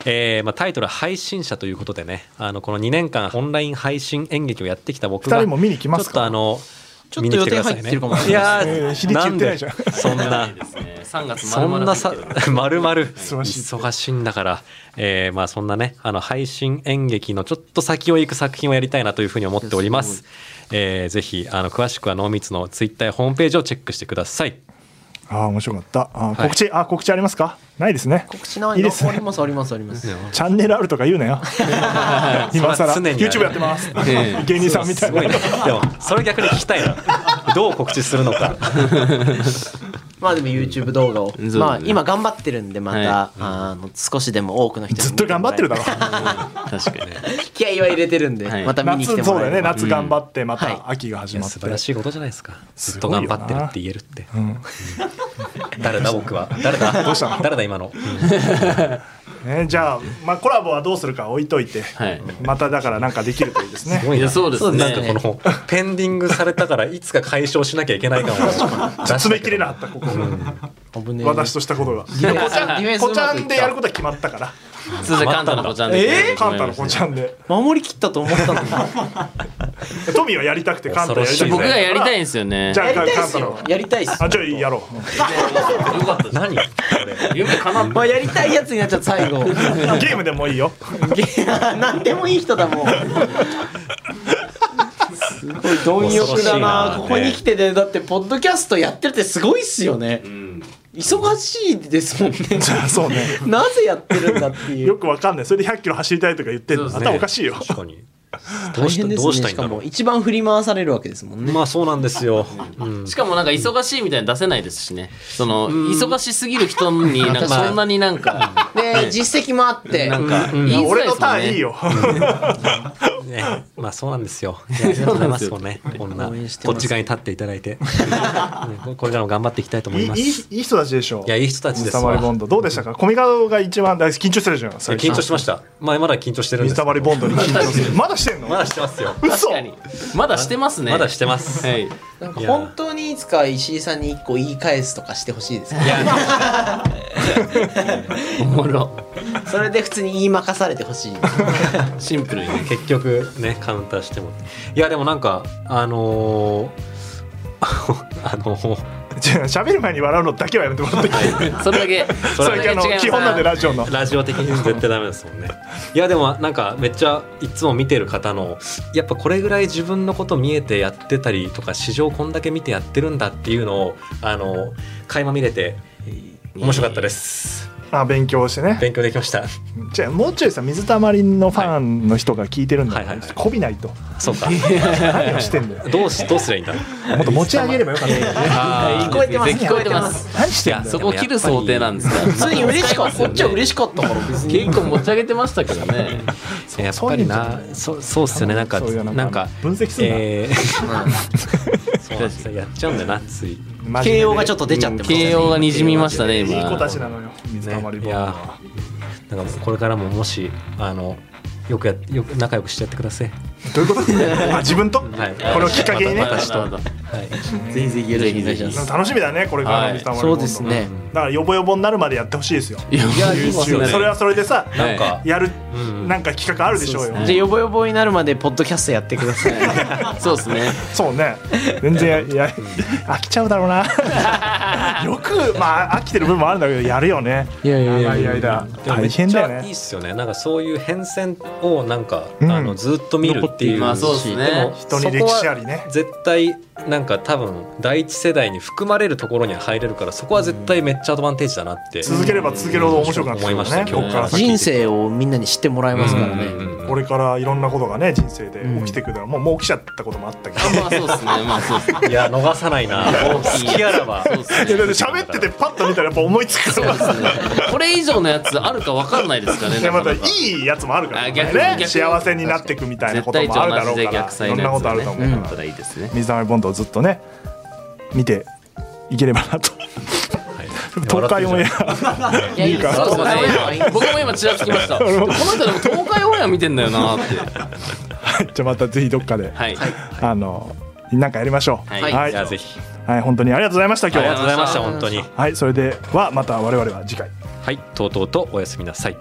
S2: えーまあ、タイトルは配信者ということでねあのこの2年間オンライン配信演劇をやってきた僕が
S1: 二人も見に来ますか
S2: ちょっとあの
S4: ちょっと予定入ってるかもしれ
S2: な
S1: ですねえー
S2: やー
S1: 日にち言ってないじゃん
S2: なんでそんな
S3: 3月
S2: そんなさ、まるまる
S1: 忙しい
S2: 忙しいんだから、えーまあそんなね、あの配信演劇のちょっと先を行く作品をやりたいなというふうに思っております。えーぜひ、あの詳しくは濃密のツイッターやホームページをチェックしてください。
S1: ああ、面白かった。あー告知、あー告知ありますか。ないですね。
S4: 告知ない
S1: いい
S4: の
S1: です
S4: あり
S1: ね。
S4: ますありますあります
S1: チャンネルあるとか言う なよ。今更
S2: それは常にある
S1: YouTube やってます。芸人さんみたい
S2: すごい
S1: な
S2: ね。でも、それ逆に聞きたいな。どう告知するのか。
S4: まあでも YouTube 動画を
S3: うんそう
S4: ま
S3: だ
S4: あ
S3: ね
S4: 今頑張ってるんでまたあの少しでも多くの人に
S1: ずっと頑張って るだろ。
S3: 確かに
S4: 気合は入れてるんで
S3: はい
S4: また見に来て
S1: 夏そ
S4: も
S1: う
S4: ら
S1: だよ
S4: え
S1: ね。
S4: れば
S1: 夏頑張ってま
S4: はい
S1: た秋が始
S2: いや
S1: まっ
S2: 素
S1: て。
S2: 晴らしいことじゃないですか。ずっ
S1: すご
S2: と
S1: い
S2: 頑
S1: よな
S2: 張ってるって言えるって。 誰だ僕は。誰だ
S1: どうしたの
S2: 誰だ今の。
S1: ね、じゃあ、まあ、コラボはどうするか置いといて、
S3: はい
S1: まただからなんかできるといいですね。
S2: すごい
S3: い
S2: な
S3: やそうですね
S2: なんかこの ペンディングされたからいつか解消しなきゃいけ ないかも。
S1: 詰めきれなかったここ、
S4: 危ねえ
S1: 私としたことが。
S4: ディフェンスディフェンスう
S1: こ
S4: ま
S1: ちゃ
S4: くいっ
S1: ん
S4: た
S1: でやることは決まったから。
S3: すいませんカンタの子ちゃんで
S4: え
S1: カンタのこちゃんで。
S4: 守り切ったと思 ったのに
S1: トミーはやりたくてカンタやりたくて。
S2: 恐
S3: 僕がやりたいん
S1: い。
S3: ですよね
S1: じゃあ
S4: やりたい
S1: カン
S4: っす
S1: タ
S4: よ
S1: の。
S4: やりたいっす
S1: あ、じゃあやろ
S2: 何これ
S3: 夢かな
S4: まあやりたいやつになっちゃった最後
S1: う。ゲームでもいいよ。
S4: 何でもいい人だもんすごい貪欲だな
S2: 恐ろしいな
S4: ここに来てで、だってポッドキャストやってるってすごいっすよね、忙しいですもんね
S1: そうね。
S4: なぜやってるんだっていう
S1: よくわかんない。それで100キロ走りたいとか言ってるの。
S3: そうです
S1: 頭おかしいよ。
S2: 確かに。ど
S4: 大
S2: うし
S4: 変
S2: た
S4: です
S2: どう
S4: ね
S2: したい
S4: し
S2: んだ
S4: か
S2: ろ
S4: も一番振り回されるわけですもん
S2: う。
S4: ね
S2: まあそうなんですよ。うん
S3: しかもなんか忙しいみたいに出せないですしねその忙しすぎる人になんか
S4: まあ
S3: そんなになんか
S4: で実績もあって
S3: なんか言いづらいですもんね
S1: 俺のターンいいよ。
S2: ね、まあそうなんですよ。いやありがとうございます。こんね、こんな
S4: 応援してます
S2: こっち側に立っていただいて、ねこれからも頑張っていきたいと思
S1: いい
S2: いま
S1: いい
S2: す。
S1: いい人たちでしょう。
S2: いやいい人たちですわ
S1: 水溜りボンド。どうでしたかコミカドが一番大好き。緊張してるじゃん。最初
S2: 緊張しました。前まだ緊張してるんで
S1: 水
S2: すけど。
S1: 溜りボンドに緊張する。まだしてんの
S2: まだしてますよ。
S1: 嘘
S3: 確かにまだしてますね
S2: まだしてます。
S3: はい
S2: い
S4: なんか本当にいつか石井さんに一個言い返すとかしてほしいですね
S2: や、
S3: おもろ
S4: それで普通に言いまかされてほしい
S3: シンプルにね
S2: 結局ねカウンターしても。いやでもなんかあのー あのー
S1: じゃあ喋る前に笑うのだけはやめてもらっていい
S3: それだけ
S1: それだけあの
S3: 違います
S1: 基本なんでラジオの
S2: ラジオ的に絶対ダメですもんね。いやでもなんかめっちゃいつも見てる方のやっぱこれぐらい自分のこと見えてやってたりとか市場こんだけ見てやってるんだっていうのをあの垣間見れて面白かったです。
S1: あ勉強してね
S2: 勉強できました。
S1: じゃあもうちょいさ水たまりのファンの人が聞いてるんだから、
S2: はいはいはい
S1: こびないと
S2: そ うか。
S1: 何をしてん だよ
S2: どうしどうすりゃいいんだ。
S1: もっと持ち上げればよかったのに
S3: あー
S4: 聞こえてます
S3: 聞こえてます。
S1: 何し
S3: い
S1: てん
S3: や
S1: だ
S3: そ
S1: よ
S3: こ切る想定なんですか。
S4: 普通に嬉しかったこっちは嬉しかったから別に
S3: 結構持ち上げてましたけどね。
S2: やっぱりな、そうそうっすよね。なんか
S1: そういうの
S2: なんか
S1: 分析すんな
S2: えーそうなんですよやっちゃうんだよなつい。
S4: 慶応がちょっと出ちゃってます
S3: 慶応がにじみましたね
S1: いい子
S3: 今
S1: た。ちなのよ水たまり
S2: ね、い
S1: ボール
S2: や
S1: は
S2: なんかもうこれからももしあのよくやよく仲良くしてやってください。
S1: どういうこと あ自分と、
S2: はい
S1: これをきっかけにね
S2: また
S3: なるほど
S2: はい。
S4: ぜひぜひよろしくお願いしま
S1: でも
S4: す
S1: 楽しみだねこれから
S3: は
S1: の
S3: い
S1: 水たまりボー
S4: そ
S1: ル
S4: うですね
S1: だからヨボヨボになるまでやってほしいですよ
S3: いや
S1: 優秀
S2: そうですね
S1: それはそれでさ
S2: なんか、
S1: やる
S2: うん
S1: なんか企画あるでしょうよ
S4: じゃあヨボヨボになるまでポッドキャストやってください
S3: そうですね。
S1: そうね全然やや飽きちゃうだろうなよくまあ飽きてる部分もあるんだけどやるよね
S4: いやい
S1: 長い間
S2: でもめ
S1: 大
S2: っちゃ
S1: 変だよ
S2: いい
S1: ね
S2: っすよね。なんかそういう変遷をなんか、
S1: うん
S2: あのずっと見るっていう。
S3: まあそうですね
S2: でも
S1: 人に歴史ありね
S2: そこは絶対なんか多分第一世代に含まれるところには入れるから、そこは絶対めっちゃアドバンテージだなって。
S1: 続ければ続けるほど面白くなってくるよ
S2: 思いました
S1: ね
S2: 今日
S1: こっから先
S4: 人生をみんなに知ってもらえますからね、
S2: うんうんうん
S1: これからいろんなことがね人生で起きてくるもうもう起きちゃったこともあったけど
S3: あまあ そうですね。まあそうですね。
S2: いや逃さ ないな。好きあらば。
S3: そうっすね
S1: いやだって喋っててパッと見たらやっぱ思いつくから
S3: そうですねこれ以上のやつあるか分かんないですからね。
S1: いやまたい
S3: なかなか
S1: いやつもあるから
S3: あ
S1: ね
S3: 逆に逆に
S1: 幸せになっていくみたいな
S3: 絶
S1: こと
S3: 対
S1: もあるだろ
S3: と同
S1: う
S3: じ
S1: か
S3: で逆
S1: らい
S3: 再の
S1: ろんな
S3: や
S1: こ
S3: つ
S1: とあ
S3: だ
S1: る
S3: ね。
S1: と思うか
S3: うん
S1: ら
S3: ただいいですね。
S1: 水溜りボンドをずっとね見ていければなと
S2: はい
S1: 東海オンエ
S3: いやいいです
S4: いいか
S3: そうですね僕も今ちらつきました。この人でも東海オンエア見てんだよなって。
S1: アじゃあまたぜひどっかで、
S3: はい。
S1: あのなんかやりましょう
S3: はい
S1: はい
S2: やぜひ。あ
S1: はい本当にありがとうございました今
S2: り
S1: 日
S2: がとう
S1: は
S2: ございました本当に。
S1: はいそれではまた我々は次回
S2: はい、とうとうとおやすみなさい。